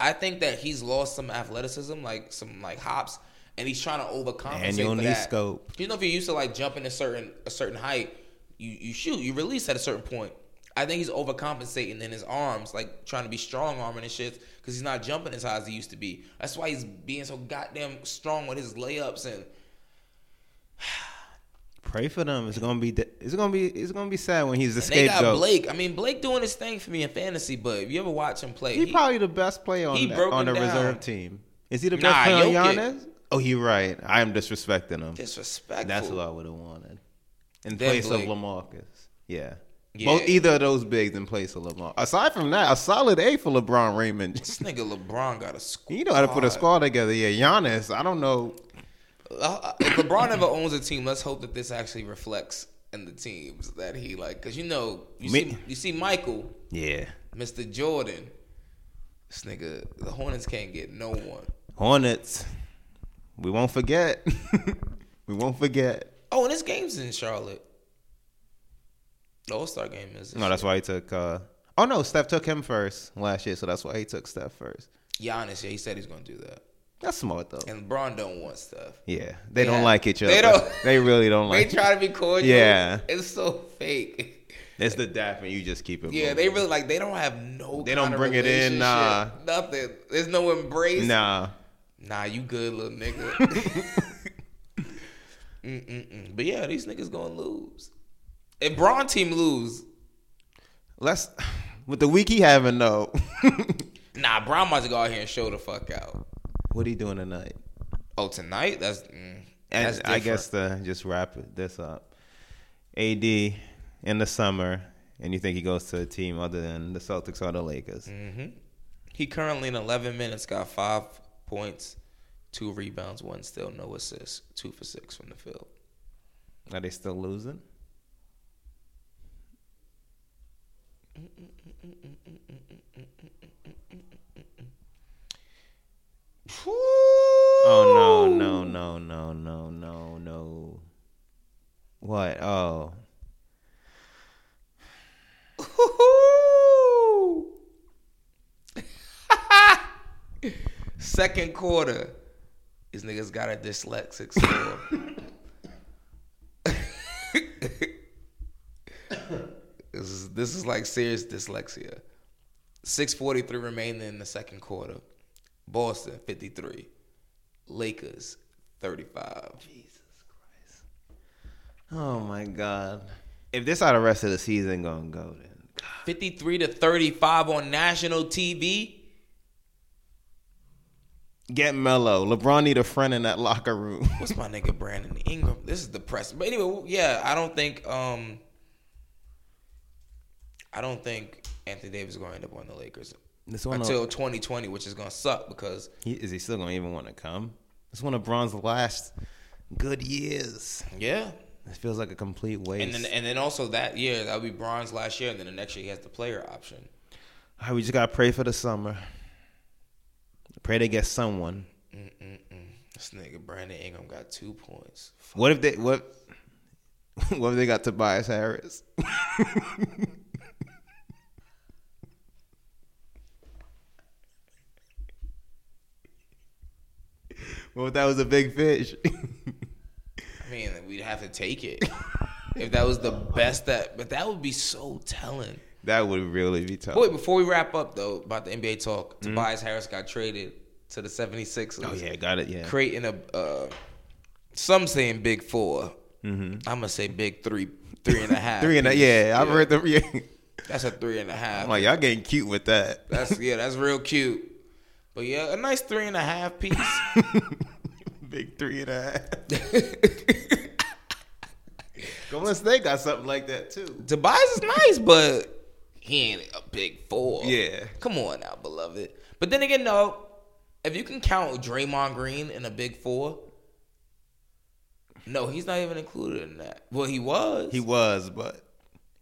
Speaker 3: I think that he's lost some athleticism, like some like hops, and he's trying to overcompensate
Speaker 4: Manual
Speaker 3: for
Speaker 4: knee
Speaker 3: that.
Speaker 4: scope.
Speaker 3: You know, if you're used to like jumping a certain a certain height, you you shoot, you release at a certain point. I think he's overcompensating in his arms, like trying to be strong arming and shit, because he's not jumping as high as he used to be. That's why he's being so goddamn strong with his layups and
Speaker 4: Pray for them. It's gonna be. de- It's gonna be. It's gonna be sad when he's the
Speaker 3: And they
Speaker 4: scapegoat.
Speaker 3: got Blake. I mean, Blake doing his thing for me in fantasy, but if you ever watch him play,
Speaker 4: He, probably the best player on
Speaker 3: he
Speaker 4: that-
Speaker 3: broke
Speaker 4: on the
Speaker 3: him down.
Speaker 4: reserve team. Is he the
Speaker 3: Nah,
Speaker 4: best player on
Speaker 3: Jokic.
Speaker 4: Giannis? Oh, you're right. I am disrespecting him.
Speaker 3: disrespectful.
Speaker 4: That's what I would have wanted in
Speaker 3: Then
Speaker 4: place of
Speaker 3: Blake.
Speaker 4: LaMarcus. Yeah.
Speaker 3: Yeah.
Speaker 4: Both either of those bigs in place of LeBron. Aside from that, a solid A for LeBron Raymond.
Speaker 3: This nigga LeBron got a squad.
Speaker 4: You know how to put a squad together. Yeah, Giannis. I don't know.
Speaker 3: Uh, if LeBron ever owns a team, let's hope that this actually reflects in the teams that he like. Cause you know, you
Speaker 4: Me-
Speaker 3: see, you see Michael,
Speaker 4: Yeah,
Speaker 3: Mr. Jordan. This nigga, the Hornets can't get no one.
Speaker 4: Hornets. We won't forget. we won't forget.
Speaker 3: Oh, and this game's in Charlotte. The All Star game is.
Speaker 4: No, that's why he took. uh Oh no, Steph took him first last year, so that's why he took Steph first.
Speaker 3: Giannis. Yeah, he said he's gonna do that.
Speaker 4: That's smart though.
Speaker 3: And LeBron don't want stuff.
Speaker 4: Yeah, they
Speaker 3: Yeah.
Speaker 4: don't like each other.
Speaker 3: They
Speaker 4: They
Speaker 3: don't-
Speaker 4: really don't
Speaker 3: They
Speaker 4: like.
Speaker 3: try to be cordial.
Speaker 4: Yeah.
Speaker 3: it's so fake.
Speaker 4: It's the dap, and you just keep it.
Speaker 3: Yeah,
Speaker 4: moving.
Speaker 3: they really like they don't have no.
Speaker 4: They don't
Speaker 3: kind of
Speaker 4: bring it in, nah.
Speaker 3: relationship, nothing. There's no embrace.
Speaker 4: Nah,
Speaker 3: Nah, you good little nigga. Mm-mm-mm. but yeah, these niggas gonna lose. If Braun team lose,
Speaker 4: let's. With the week he having though,
Speaker 3: nah, Braun might go out here and show the fuck out.
Speaker 4: what he doing tonight?
Speaker 3: Oh, tonight that's mm,
Speaker 4: And
Speaker 3: that's
Speaker 4: I
Speaker 3: different.
Speaker 4: guess to just wrap this up, AD in the summer, and you think he goes to a team other than the Celtics or the Lakers?
Speaker 3: Mm. he currently in 11 minutes got five points, two rebounds, one still, no assists, two for six from the field.
Speaker 4: Are they still losing? Oh no no no no no no no! What? Oh,
Speaker 3: Second quarter, these niggas got a dyslexic score. this, is, this is like serious dyslexia. 643 remaining in the second quarter. Boston 53. Lakers 35.
Speaker 4: Oh my God. If this how the rest of the season gonna go, then
Speaker 3: 53 to 35 on national TV.
Speaker 4: get mellow. LeBron need a friend in that locker room.
Speaker 3: What's my nigga Brandon Ingram? This is depressing. But anyway, yeah, I don't think um I don't think Anthony Davis is going to end up on the Lakers
Speaker 4: This one
Speaker 3: until 2020, which is going to suck because
Speaker 4: he, is he still gonna even want to come? It's one of LeBron's last good years.
Speaker 3: yeah.
Speaker 4: It feels like a complete waste.
Speaker 3: And then and then also that year that'll be bronze last year and then the next year he has the player option.
Speaker 4: All right, we just gotta pray for the summer. Pray they get someone.
Speaker 3: This nigga Brandon Ingram got 2 points.
Speaker 4: What if they what? What if they got Tobias Harris? what if that was a big fish?
Speaker 3: I mean, we'd have to take it. if that was the best that but that would be so telling.
Speaker 4: that would really be tough.
Speaker 3: Boy, before we wrap up though about the NBA talk, Tobias Harris got traded to the 76ers.
Speaker 4: Mm-hmm. oh yeah, got it. Yeah,
Speaker 3: creating a uh, some saying big 4 i Mm-hmm. I'm gonna say big three, three and a half.
Speaker 4: three and a, yeah, I've heard Oh, them. Yeah,
Speaker 3: That's a three and a half.
Speaker 4: I'm like y'all getting cute with that.
Speaker 3: that's yeah, that's real cute. But yeah, a nice three and a half piece.
Speaker 4: Big three and a half. Golden State got something like that too.
Speaker 3: Tobias is nice, but he ain't a big four.
Speaker 4: Yeah.
Speaker 3: Come on now, beloved. But then again, no. If you can count Draymond Green in a big four, no, he's not even included in that. Well, he was.
Speaker 4: He was, but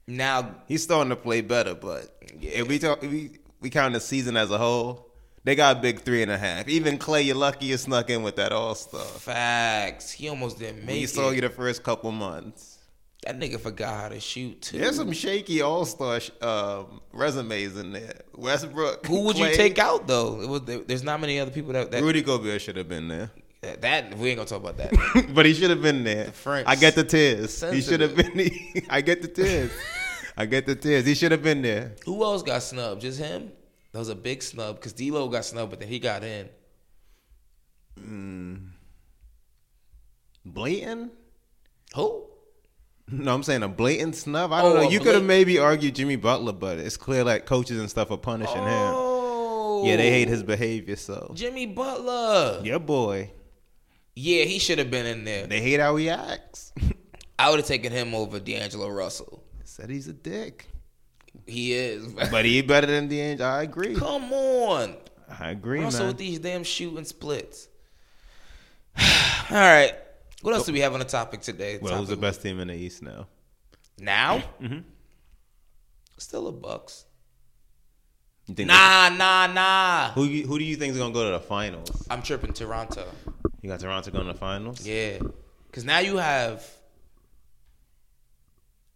Speaker 3: now
Speaker 4: he's starting to play better. But if we talk, if we we count the season as a whole. They got a big three and a half. Even Clay, you're lucky you snuck in with that All Star.
Speaker 3: facts. He almost didn't make
Speaker 4: We
Speaker 3: it.
Speaker 4: saw you the first couple months.
Speaker 3: That nigga forgot how to shoot too.
Speaker 4: There's some shaky All Star um, resumes in there. Westbrook.
Speaker 3: Who would
Speaker 4: Clay,
Speaker 3: you take out though? It was, there- there's not many other people that that,
Speaker 4: Rudy Gobert should have been there.
Speaker 3: that that- we ain't gonna talk about that.
Speaker 4: but he should have been there.
Speaker 3: French
Speaker 4: I get the tears. He should
Speaker 3: sensitive.
Speaker 4: have been. I get the tears. I get the tears. He should have been there.
Speaker 3: Who else got snubbed? Just him. That was a big snub because D'Lo got snubbed, but then he got in.
Speaker 4: Blatant?
Speaker 3: Who?
Speaker 4: No, I'm saying a blatant snub. I don't
Speaker 3: Oh,
Speaker 4: know.
Speaker 3: a
Speaker 4: You could have
Speaker 3: blatant-
Speaker 4: maybe argued Jimmy Butler, but it's clear like coaches and stuff are punishing
Speaker 3: Oh,
Speaker 4: him. Yeah, they hate his behavior. So
Speaker 3: Jimmy Butler.
Speaker 4: your boy,
Speaker 3: Yeah, he should have been in there.
Speaker 4: they hate how he acts.
Speaker 3: I would have taken him over D'Angelo Russell.
Speaker 4: Said he's a dick,
Speaker 3: He is.
Speaker 4: but he better than D'Angelo. I agree.
Speaker 3: Come on.
Speaker 4: I agree,
Speaker 3: Also
Speaker 4: man.
Speaker 3: with these damn shooting splits. All right. What else do we have on the topic today?
Speaker 4: well, who's the Mm-hmm.
Speaker 3: Topic-
Speaker 4: best team in the East now?
Speaker 3: Now? Still a Bucks.
Speaker 4: You think
Speaker 3: Nah, nah, nah.
Speaker 4: Who you, who do you think is gonna go to the finals?
Speaker 3: I'm tripping Toronto.
Speaker 4: You got Toronto going to the finals?
Speaker 3: Yeah. Cause now you have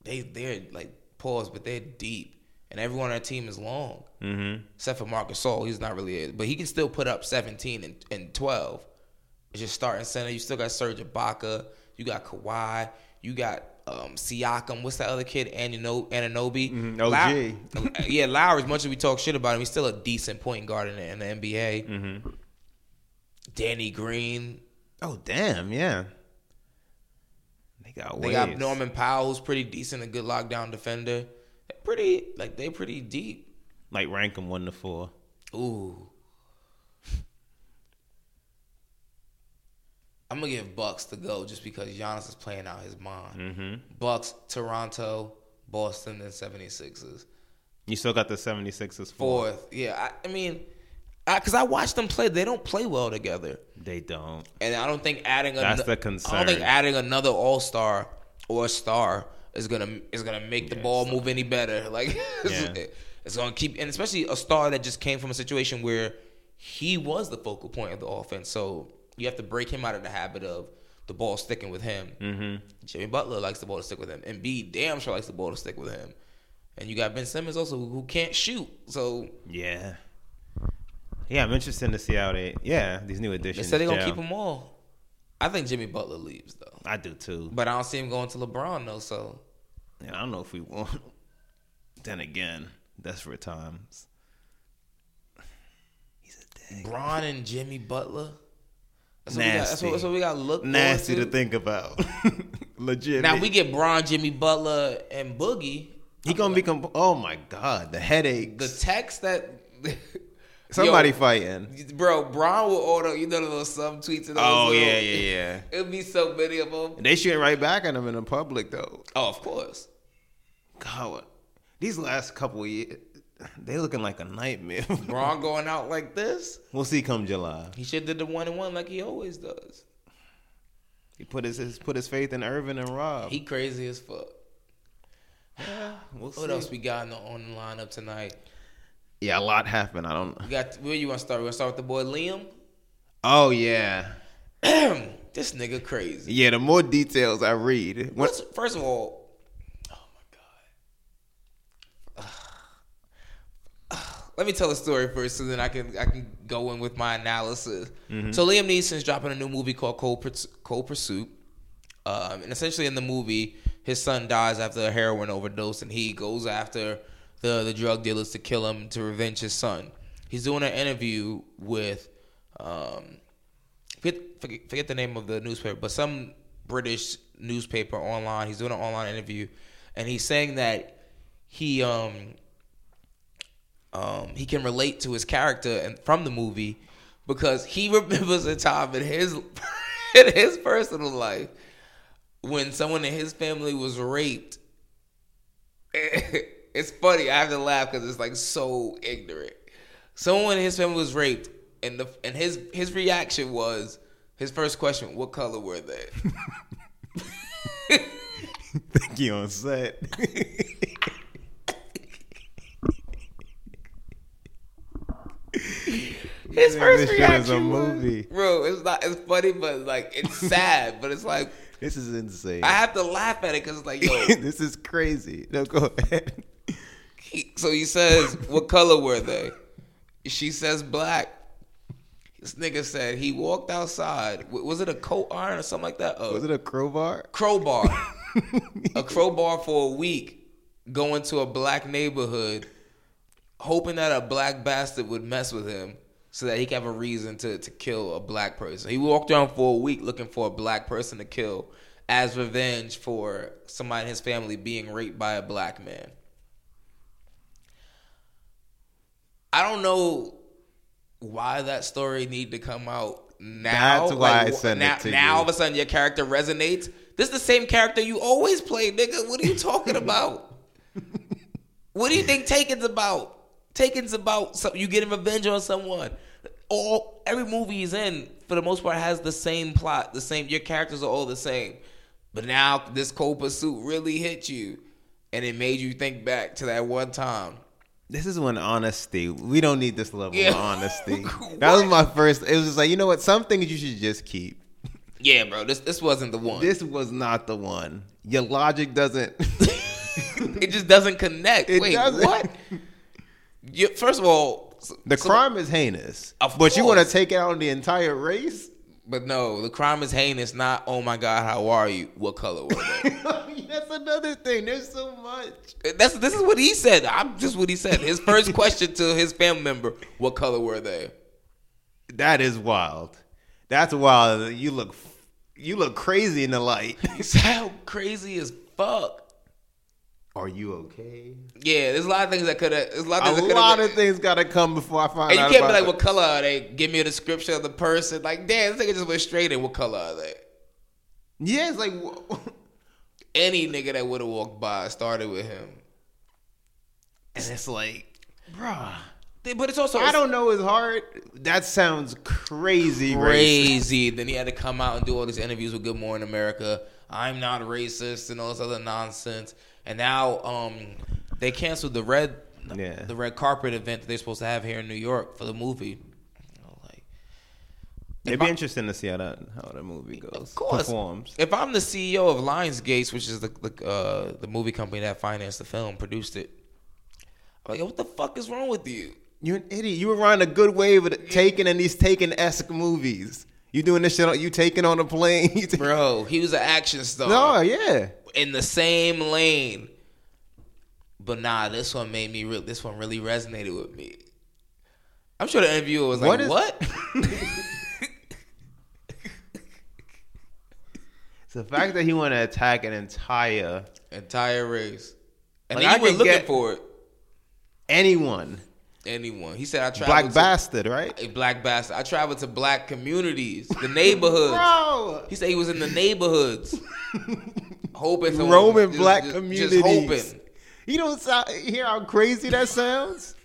Speaker 3: they they're like pause, but they're deep. And everyone on our team is long. Mm-hmm. Except for Marcus Sol. He's not really but he can still put up seventeen and, and twelve. It's just starting center. You still got Serge Ibaka. You got Kawhi. You got um, Siakam. What's that other kid? Anuno- Ananobi.
Speaker 4: Mhm, OG.
Speaker 3: Low- yeah, Lowry. As much as we talk shit about him, he's still a decent point guard in the, in the NBA. Mm-hmm. Danny Green.
Speaker 4: Oh damn, yeah. They got
Speaker 3: They
Speaker 4: waves.
Speaker 3: got Norman Powell, who's pretty decent, a good lockdown defender. They're pretty like they pretty deep.
Speaker 4: Like rank them one to four.
Speaker 3: Ooh. I'm gonna give Bucks the go just because Giannis is playing out his mind. Bucks, Toronto, Boston, and 76ers.
Speaker 4: You still got the 76ers four.
Speaker 3: Fourth, yeah. I, I mean, because I, watched them play, they don't play well together,
Speaker 4: They don't.
Speaker 3: and I don't think adding ano-
Speaker 4: That's the
Speaker 3: I don't think
Speaker 4: concern.
Speaker 3: adding another All Star or a star is gonna is gonna make the ball move any better. Like it's,
Speaker 4: Yeah.
Speaker 3: it's gonna keep, and especially a star that just came from a situation where he was the focal point of the offense. So you have to break him out of the habit of the ball sticking with him. Mm-hmm. Jimmy Butler likes the ball to stick with him, and B damn sure likes the ball to stick with him. And you got Ben Simmons also who who can't shoot. So
Speaker 4: Yeah. Yeah, I'm interested to see how they. Yeah, these new
Speaker 3: they
Speaker 4: additions.
Speaker 3: said they're gonna keep
Speaker 4: gel.
Speaker 3: them all. I think Jimmy Butler leaves though,
Speaker 4: I do too.
Speaker 3: but I don't see him going to LeBron though. So
Speaker 4: And I don't know if we want. 'em. Then again, desperate times.
Speaker 3: Braun and Jimmy Butler. That's what, we got, that's,
Speaker 4: Nasty.
Speaker 3: what, that's what we got to look forward
Speaker 4: Nasty
Speaker 3: to.
Speaker 4: to think about. Legit.
Speaker 3: Now we get Braun, Jimmy Butler, and Boogie.
Speaker 4: He gonna be comp- oh my god, the
Speaker 3: The
Speaker 4: headaches.
Speaker 3: text that
Speaker 4: Somebody
Speaker 3: Yo,
Speaker 4: fighting.
Speaker 3: bro, Braun will order you know the little sub tweets and all.
Speaker 4: Oh
Speaker 3: those
Speaker 4: yeah,
Speaker 3: little-
Speaker 4: yeah, yeah.
Speaker 3: It'd be so many of them.
Speaker 4: They shooting right back at him in the public though.
Speaker 3: Oh, of course.
Speaker 4: God, what- these last couple of years, they looking like a nightmare.
Speaker 3: Braun going out like this.
Speaker 4: we'll see come July.
Speaker 3: He should did the one and one like he always does.
Speaker 4: He put his, his put his faith in Irvin and Rob.
Speaker 3: He crazy as fuck.
Speaker 4: We'll see.
Speaker 3: What else we got on the, on the lineup tonight?
Speaker 4: Yeah, a lot happened. I don't.
Speaker 3: We got where you want to start? We want to start with the boy Liam.
Speaker 4: Oh yeah,
Speaker 3: this nigga crazy.
Speaker 4: yeah. The more details I read, when,
Speaker 3: What's, first of all, oh my god. Let me tell the story first, so then I can I can go in with my analysis. So Liam Neeson's dropping a new movie called Cold, Purs- Cold Pursuit, um, and essentially in the movie, his son dies after a heroin overdose, and he goes after the the drug dealers to kill him to revenge his son. He's doing an interview with um, forget, forget, forget the name of the newspaper, but some British newspaper online. He's doing an online interview, and he's saying that he um um he can relate to his character and from the movie because he remembers a time in his in his personal life when someone in his family was raped. It's funny. I have to laugh because it's like so ignorant. Someone in his family was raped, and the and his his reaction was his first question: "What color were they?"
Speaker 4: you on set.
Speaker 3: His first
Speaker 4: this shit is
Speaker 3: reaction
Speaker 4: a
Speaker 3: was-
Speaker 4: movie.
Speaker 3: bro. It's not. It's funny, but like it's sad. but it's like
Speaker 4: this is insane.
Speaker 3: I have to laugh at it because it's like, yo.
Speaker 4: this is crazy. No, go ahead.
Speaker 3: he- so he says, "What color were they?" She says, "Black." This nigga said he walked outside. w- Was it a coat iron or something like that? Uh,
Speaker 4: Was it a crowbar?
Speaker 3: crowbar, a crowbar for a week, going to a black neighborhood, hoping that a black bastard would mess with him so that he could have a reason to, to kill a black person. He walked around for a week looking for a black person to kill as revenge for somebody in his family being raped by a black man. I don't know why that story need to come out now.
Speaker 4: That's why I
Speaker 3: wh-
Speaker 4: sent it
Speaker 3: now,
Speaker 4: to
Speaker 3: now
Speaker 4: you.
Speaker 3: all of a sudden your character resonates. This is the same character you always play, nigga. What are you talking about? what do you think Taken's about? Taken's about some, you getting revenge on someone. All every movie he's in, for the most part, has the same plot. The same your characters are all the same. But now this cold pursuit really hit you, and it made you think back to that one time.
Speaker 4: This is when honesty. We don't need this level
Speaker 3: Yeah.
Speaker 4: of honesty. That was my first. It was just like you know what? Some things you should just keep.
Speaker 3: Yeah, bro. This this wasn't the one.
Speaker 4: This was not the one. Your logic doesn't.
Speaker 3: it just doesn't connect.
Speaker 4: It
Speaker 3: Wait,
Speaker 4: doesn't.
Speaker 3: what? You, first of all, s-
Speaker 4: The
Speaker 3: so-
Speaker 4: crime is heinous,
Speaker 3: Of
Speaker 4: but you want to
Speaker 3: course.
Speaker 4: take it out on the entire race.
Speaker 3: But no, the crime is heinous. Not oh my god, how are you? What color were they?
Speaker 4: That's another thing. There's so much.
Speaker 3: That's this is what he said. I'm just what he said. His first question to his family member: What color were they?
Speaker 4: That is wild. That's wild. You look, you look crazy in the light.
Speaker 3: He said, How crazy as fuck.
Speaker 4: Are you okay?
Speaker 3: Yeah, there's a lot of things that could have. There's a lot of
Speaker 4: A
Speaker 3: things. that could've
Speaker 4: lot
Speaker 3: been-
Speaker 4: of things gotta come before I find
Speaker 3: And
Speaker 4: out.
Speaker 3: you can't be
Speaker 4: about
Speaker 3: like,
Speaker 4: it.
Speaker 3: what color are they? Give me a description of the person. Like, damn, this nigga just went straight in. What color are they?
Speaker 4: Yeah, it's like, wha-
Speaker 3: Any nigga that would have walked by started with him.
Speaker 4: and it's like, bruh.
Speaker 3: But it's also
Speaker 4: I don't know. It's hard. That sounds crazy. Crazy.
Speaker 3: crazy. Then he had to come out and do all these interviews with Good Morning America. I'm not racist and all this other nonsense. And now um, they canceled the red
Speaker 4: Yeah.
Speaker 3: the red carpet event that they're supposed to have here in New York for the movie. You know, like,
Speaker 4: It'd be interesting to see how that how the movie goes.
Speaker 3: of course,
Speaker 4: Performs.
Speaker 3: if I'm the CEO of Lionsgate, which is the the, uh, the movie company that financed the film, produced it, I'm like, "Yo, what the fuck is wrong with you?
Speaker 4: You're an idiot. You were riding a good wave of taking and these taken esque movies. You doing this shit? on- You taking on a plane? You taking-
Speaker 3: Bro, he was an action star.
Speaker 4: No, yeah.
Speaker 3: in the same lane. But nah, this one made me real. This one really resonated with me. I'm sure the interviewer was like,
Speaker 4: What
Speaker 3: "What?"
Speaker 4: is- The fact that he want to attack an entire
Speaker 3: Entire race, and
Speaker 4: Like,
Speaker 3: he
Speaker 4: I
Speaker 3: was
Speaker 4: could
Speaker 3: looking
Speaker 4: get-
Speaker 3: for it.
Speaker 4: anyone
Speaker 3: Anyone? He said, "I traveled
Speaker 4: black
Speaker 3: to
Speaker 4: bastard, right?
Speaker 3: a black bastard. I traveled to black communities, the neighborhoods.
Speaker 4: Bro,
Speaker 3: He said he was in the neighborhoods, hoping to
Speaker 4: Roman
Speaker 3: just-
Speaker 4: black
Speaker 3: just-
Speaker 4: communities.
Speaker 3: Just hoping.
Speaker 4: you don't sound, hear how crazy that sounds.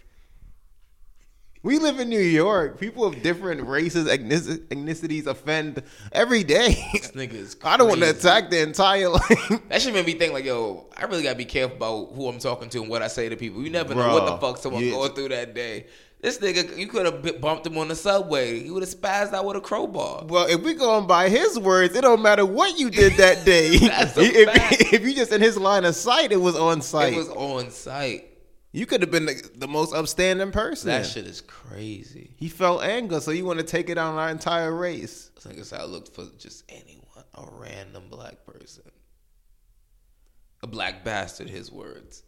Speaker 4: We live in New York. People of different races, ethnici- ethnicities offend every day.
Speaker 3: This nigga is
Speaker 4: I don't want to
Speaker 3: crazy.
Speaker 4: attack the entire like.
Speaker 3: That shit made me think like, yo, I really gotta be careful about who I'm talking to and what I say to people. You never know what the
Speaker 4: Bruh,
Speaker 3: fuck someone
Speaker 4: you-
Speaker 3: going through that day. This nigga, you could have bumped him on the subway. He would have spazzed out with a crowbar.
Speaker 4: Well, if we going by his words, it don't matter what you did that day.
Speaker 3: That's a
Speaker 4: if,
Speaker 3: fact.
Speaker 4: if you just in his line of sight, it was on sight.
Speaker 3: It was on site.
Speaker 4: you could have been the, the most upstanding person.
Speaker 3: That shit is crazy.
Speaker 4: He felt anger, so you want to take it on our entire race.
Speaker 3: This nigga said I looked for just anyone, a random black person, a black bastard. His words.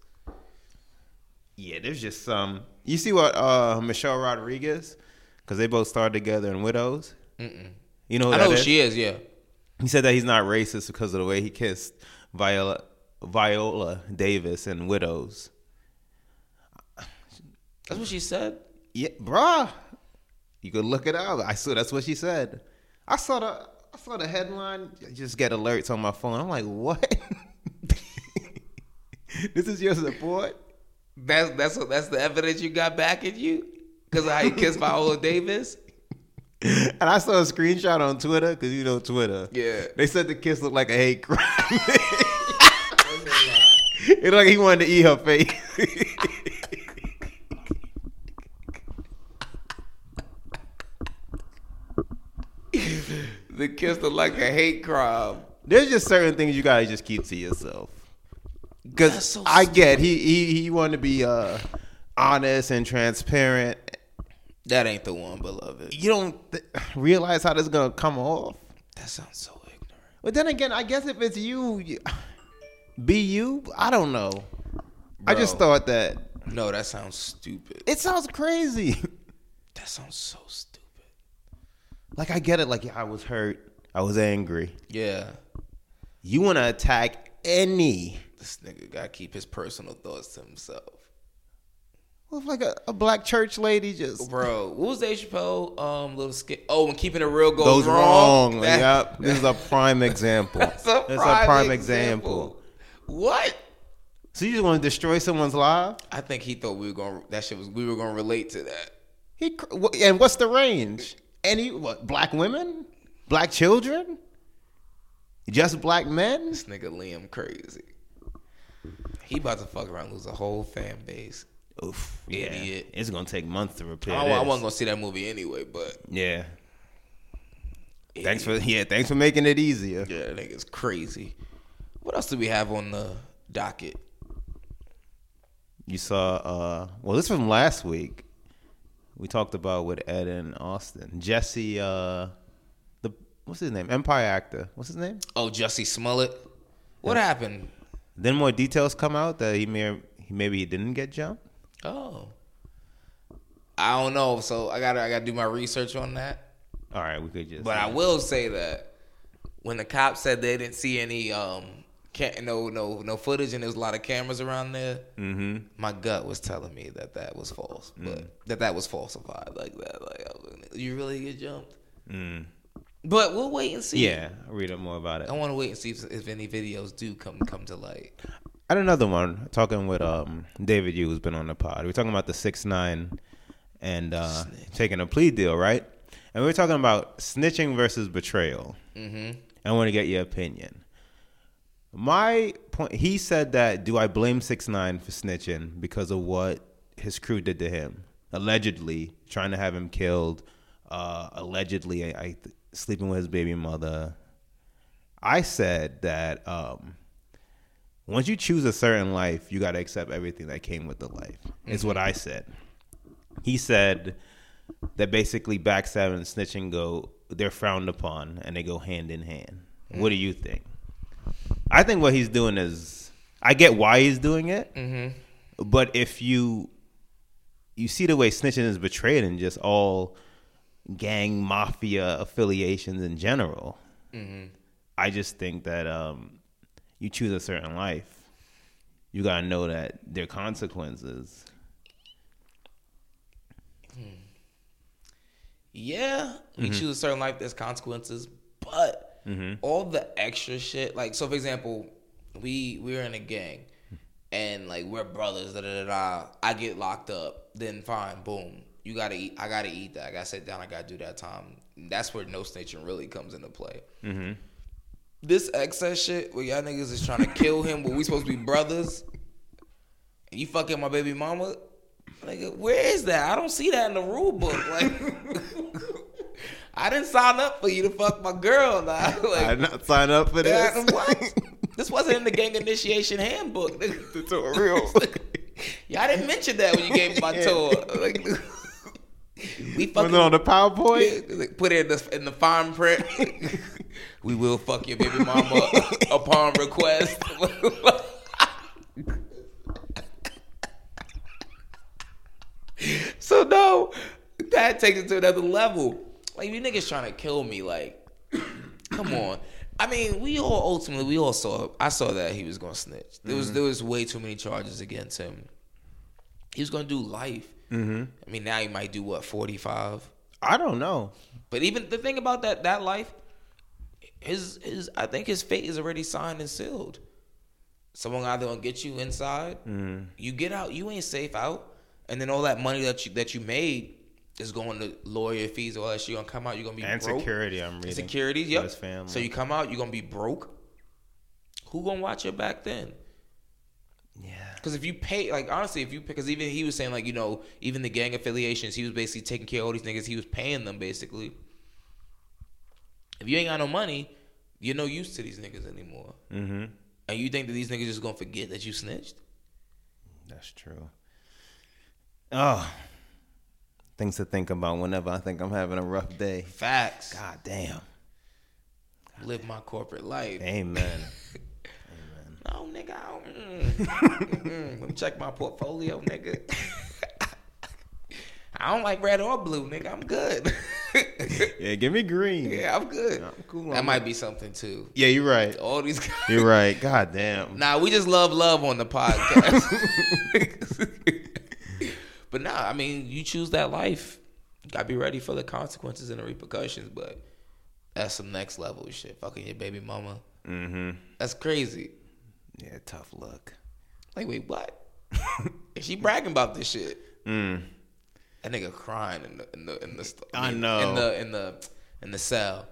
Speaker 4: Yeah, there's just some. You see what uh, Michelle Rodriguez, because they both starred together in Widows. Mm-mm. You know who
Speaker 3: I
Speaker 4: Oh, that
Speaker 3: know who
Speaker 4: is?
Speaker 3: she is. Yeah.
Speaker 4: He said that he's not racist because of the way he kissed Viola Viola Davis in Widows.
Speaker 3: That's what she said.
Speaker 4: Yeah, bruh. You could look it up. I saw that's what she said. I saw the I saw the headline. I just get alerts on my phone. I'm like, what? this is your support?
Speaker 3: That's that's what that's the evidence you got back at you because of how you kissed Viola Davis.
Speaker 4: And I saw a screenshot on Twitter because you know Twitter.
Speaker 3: Yeah.
Speaker 4: They said the kiss looked like a hate crime. it looked like he wanted to eat her face.
Speaker 3: The kiss looked like a hate crime.
Speaker 4: There's just certain things you gotta just keep to yourself. Because
Speaker 3: That's so
Speaker 4: I get he he he wanted to be uh, honest and transparent.
Speaker 3: That ain't the one, beloved.
Speaker 4: You don't th- realize how this is gonna come off.
Speaker 3: That sounds so ignorant.
Speaker 4: But then again, I guess if it's you, you be you. I don't know. I just
Speaker 3: Bro.
Speaker 4: thought that
Speaker 3: No, that sounds stupid.
Speaker 4: it sounds crazy.
Speaker 3: That sounds so stupid.
Speaker 4: Like I get it. Like yeah, I was hurt. I was angry.
Speaker 3: Yeah.
Speaker 4: You want to attack any?
Speaker 3: This nigga gotta keep his personal thoughts to himself.
Speaker 4: Well, if like a, a black church lady just
Speaker 3: Bro, what was Dave Chappelle? Um, little skit. Oh, when keeping it real goes,
Speaker 4: goes
Speaker 3: wrong.
Speaker 4: wrong.
Speaker 3: That-
Speaker 4: yep. This is a prime example.
Speaker 3: That's a prime,
Speaker 4: This is
Speaker 3: example. What?
Speaker 4: So you just want to destroy someone's life?
Speaker 3: I think he thought we were going. to That shit was. We were going to relate to that.
Speaker 4: He cr- wh- and what's the range? Any what? Black women? Black children? Just black men?
Speaker 3: This nigga Liam crazy. He about to fuck around, and lose a whole fan base.
Speaker 4: Oof,
Speaker 3: Idiot.
Speaker 4: It's gonna take months to repair.
Speaker 3: Oh, I, wa- I
Speaker 4: this.
Speaker 3: wasn't gonna see that movie anyway, but
Speaker 4: yeah. Thanks for yeah. Thanks for making it easier.
Speaker 3: yeah, that nigga's crazy. What else do we have on the docket?
Speaker 4: You saw. uh Well, this from last week. We talked about with Ed and Austin. Jesse. uh The what's his name? Empire actor. What's his name?
Speaker 3: Oh, Jussie Smollett. What happened?
Speaker 4: Then more details come out that he may he maybe he didn't get jumped.
Speaker 3: Oh, I don't know. So I gotta I gotta do my research on that.
Speaker 4: All right, we could just.
Speaker 3: But I will say that when the cops said they didn't see any um can't, no no no footage and there was a lot of cameras around there, mm-hmm. Mm. my gut was telling me that that was false, but that that was falsified like that. Like I was, you really get jumped. Mm. But we'll wait and see.
Speaker 4: Yeah, I'll read up more about it.
Speaker 3: I want to wait and see if, if any videos do come come to light.
Speaker 4: I had another one talking with um David Yu, who's been on the pod. We are talking about the six nine and uh, taking a plea deal, right? And we were talking about snitching versus betrayal. Mm-hmm. I want to get your opinion. My point. He said that. Do I blame six nine for snitching because of what his crew did to him? Allegedly trying to have him killed. Uh, allegedly, I, I sleeping with his baby mother. I said that. Um, once you choose a certain life, you got to accept everything that came with the life. Is what I said. He said that basically backstabbing and snitching go they're frowned upon and they go hand in hand. What do you think? I think what he's doing is I get why he's doing it, but if you you see the way snitching is betrayed in just all gang mafia affiliations in general. I just think that um, you choose a certain life, you gotta know that there are consequences.
Speaker 3: Yeah, we choose a certain life. There's consequences, but all the extra shit, like so, for example, we we're in a gang, and like we're brothers. Da da da. da. I get locked up, then fine, boom. You gotta eat. I gotta eat that. I gotta sit down. I gotta do that time. That's where no snitching really comes into play. This excess shit, where y'all niggas is trying to kill him, but we supposed to be brothers. And you fucking my baby mama. Nigga, where is that? I don't see that in the rule book. Like, I didn't sign up for you to fuck my girl. Nah.
Speaker 4: I
Speaker 3: Like,
Speaker 4: did not sign up for this.
Speaker 3: that- what? This wasn't in the gang initiation handbook. nigga.
Speaker 4: Tutorial.
Speaker 3: Y'all didn't mention that when you gave me my tour. Like, we
Speaker 4: Was it on
Speaker 3: fucking
Speaker 4: the PowerPoint?
Speaker 3: like, put it in the, in the fine print. we will fuck your baby mama upon request. so no, that takes it to another level. Like you niggas trying to kill me. Like, come on. I mean, we all ultimately we all saw. I saw that he was gonna snitch. There was there was way too many charges against him. He was gonna do life. I mean, now he might do what forty five.
Speaker 4: I don't know.
Speaker 3: But even the thing about that that life, his his I think his fate is already signed and sealed. Someone either gonna get you inside,
Speaker 4: Mm-hmm.
Speaker 3: you get out, you ain't safe out, and then all that money that you that you made is going to lawyer fees, all that shit gonna come out. You're gonna be
Speaker 4: And
Speaker 3: broke.
Speaker 4: security, I'm reading.
Speaker 3: Securities,
Speaker 4: for
Speaker 3: yep.
Speaker 4: his family.
Speaker 3: So you come out, you're gonna be broke. Who gonna watch your back then? Yeah. Because if you pay, like honestly, if you because even he was saying like you know even the gang affiliations, he was basically taking care of all these niggas. He was paying them basically. If you ain't got no money, you're no use to these niggas anymore. Mm-hmm. And you think that these niggas just gonna forget that you snitched?
Speaker 4: That's true. Oh, things to think about whenever I think I'm having a rough day.
Speaker 3: Facts.
Speaker 4: God damn.
Speaker 3: Live my corporate life.
Speaker 4: Amen.
Speaker 3: No, Oh, nigga, I don't. Mm, mm, let me check my portfolio, nigga. I don't like red or blue, nigga. I'm good.
Speaker 4: yeah, give me green.
Speaker 3: yeah, I'm good.
Speaker 4: cool
Speaker 3: that
Speaker 4: on
Speaker 3: might be something too.
Speaker 4: Yeah, you're right.
Speaker 3: All these guys.
Speaker 4: You're right. God damn.
Speaker 3: Oh. Nah, we just love love on the podcast. but nah, I mean, you choose that life. You gotta be ready for the consequences and the repercussions. But that's some next level shit. Fucking your baby mama. Mm-hmm. That's crazy.
Speaker 4: Yeah, tough luck.
Speaker 3: Like, wait, what? Is she bragging about this shit? That nigga crying in the in the in the st-
Speaker 4: Mm. I
Speaker 3: in
Speaker 4: know.
Speaker 3: the in the in the cell.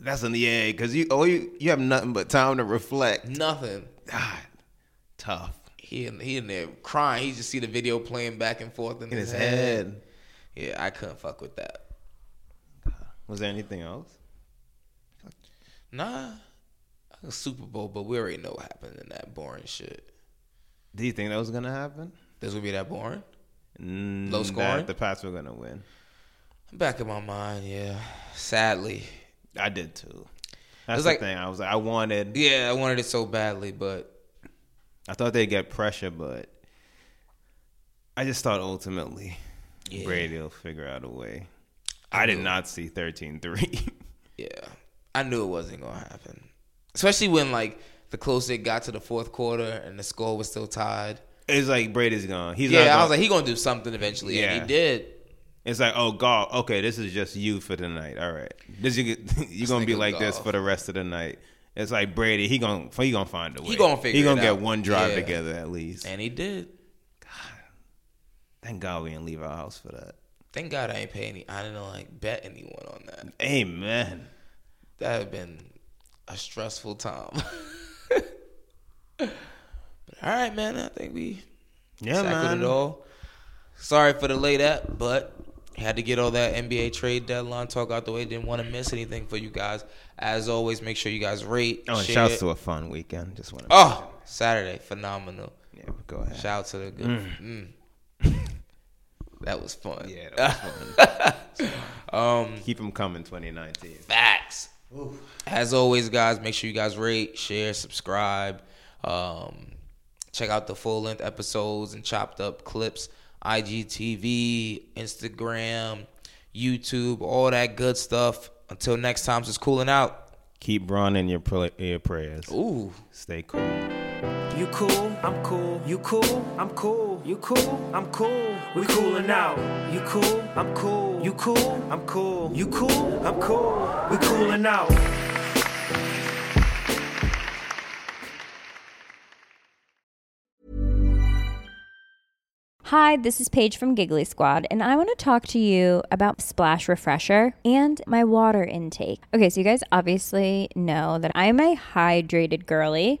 Speaker 4: That's in the egg because you oh you you have nothing but time to reflect.
Speaker 3: Nothing.
Speaker 4: God, tough
Speaker 3: He in he in there crying. He just see the video playing back and forth in,
Speaker 4: in his head.
Speaker 3: Yeah, I couldn't fuck with that.
Speaker 4: Was there anything else?
Speaker 3: Nah, a Super Bowl, but we already know what happened in that boring shit.
Speaker 4: Do you think that was gonna happen?
Speaker 3: This would be that boring.
Speaker 4: Mm,
Speaker 3: Low
Speaker 4: that
Speaker 3: scoring?
Speaker 4: The Pats were gonna win.
Speaker 3: Back in my mind, yeah. Sadly,
Speaker 4: I did too. That's
Speaker 3: was
Speaker 4: the
Speaker 3: like-
Speaker 4: thing. I was like, I wanted.
Speaker 3: yeah, I wanted it so badly, but
Speaker 4: I thought they'd get pressure, but I just thought ultimately Brady will figure out a way. I did not see 13 3.
Speaker 3: Yeah, I knew it wasn't gonna happen, especially when like the closer it got to the fourth quarter and the score was still tied.
Speaker 4: it's like Brady's gone. He's
Speaker 3: yeah,
Speaker 4: not
Speaker 3: I
Speaker 4: gonna-
Speaker 3: was like, he gonna do something eventually, and
Speaker 4: Yeah.
Speaker 3: he did.
Speaker 4: It's like, oh, golf. Okay, this is just you for the night. All right, this you you're gonna be
Speaker 3: nigga
Speaker 4: like this
Speaker 3: Goff.
Speaker 4: for the rest of the night. It's like Brady. He gonna he gonna find a way.
Speaker 3: gonna figure
Speaker 4: He
Speaker 3: it
Speaker 4: gonna get
Speaker 3: out.
Speaker 4: one drive
Speaker 3: Yeah.
Speaker 4: together at least.
Speaker 3: And he did.
Speaker 4: Thank God we didn't leave our house for that.
Speaker 3: Thank God I ain't pay any. I didn't like bet anyone on that.
Speaker 4: Amen.
Speaker 3: That had been a stressful time. but all right, man. I think we
Speaker 4: Yeah,
Speaker 3: tackled
Speaker 4: man.
Speaker 3: it all. Sorry for the late app, but had to get all that NBA trade deadline talk out the way. Didn't want to miss anything for you guys. As always, make sure you guys rate.
Speaker 4: Oh, and
Speaker 3: share.
Speaker 4: shouts to a fun weekend. Just want to.
Speaker 3: Oh, Saturday, phenomenal.
Speaker 4: yeah, but go ahead.
Speaker 3: Shout out to the good. Mm. that was fun.
Speaker 4: yeah, that was fun. um, keep him coming 2019.
Speaker 3: Facts. As always, guys, make sure you guys rate, share, subscribe. Um, check out the full length episodes and chopped up clips IGTV, Instagram, YouTube, all that good stuff. Until next time, it's cooling out.
Speaker 4: Keep Braun in your, pray- your prayers.
Speaker 3: Ooh.
Speaker 4: Stay cool.
Speaker 2: You cool, I'm cool. You cool, I'm cool. You cool, I'm cool. We coolin' out. You cool, I'm cool. You cool, I'm cool. You cool, I'm cool. We coolin' out.
Speaker 6: Hi, this is Paige from Giggly Squad, and I want to talk to you about Splash Refresher and my water intake. Okay, so you guys obviously know that I'm a hydrated girly,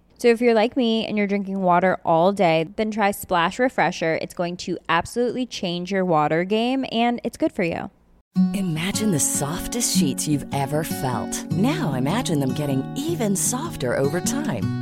Speaker 6: So if you're like me and you're drinking water all day, then try Splash Refresher. It's going to absolutely change your water game and it's good for you.
Speaker 7: Imagine the softest sheets you've ever felt. Now imagine them getting even softer over time.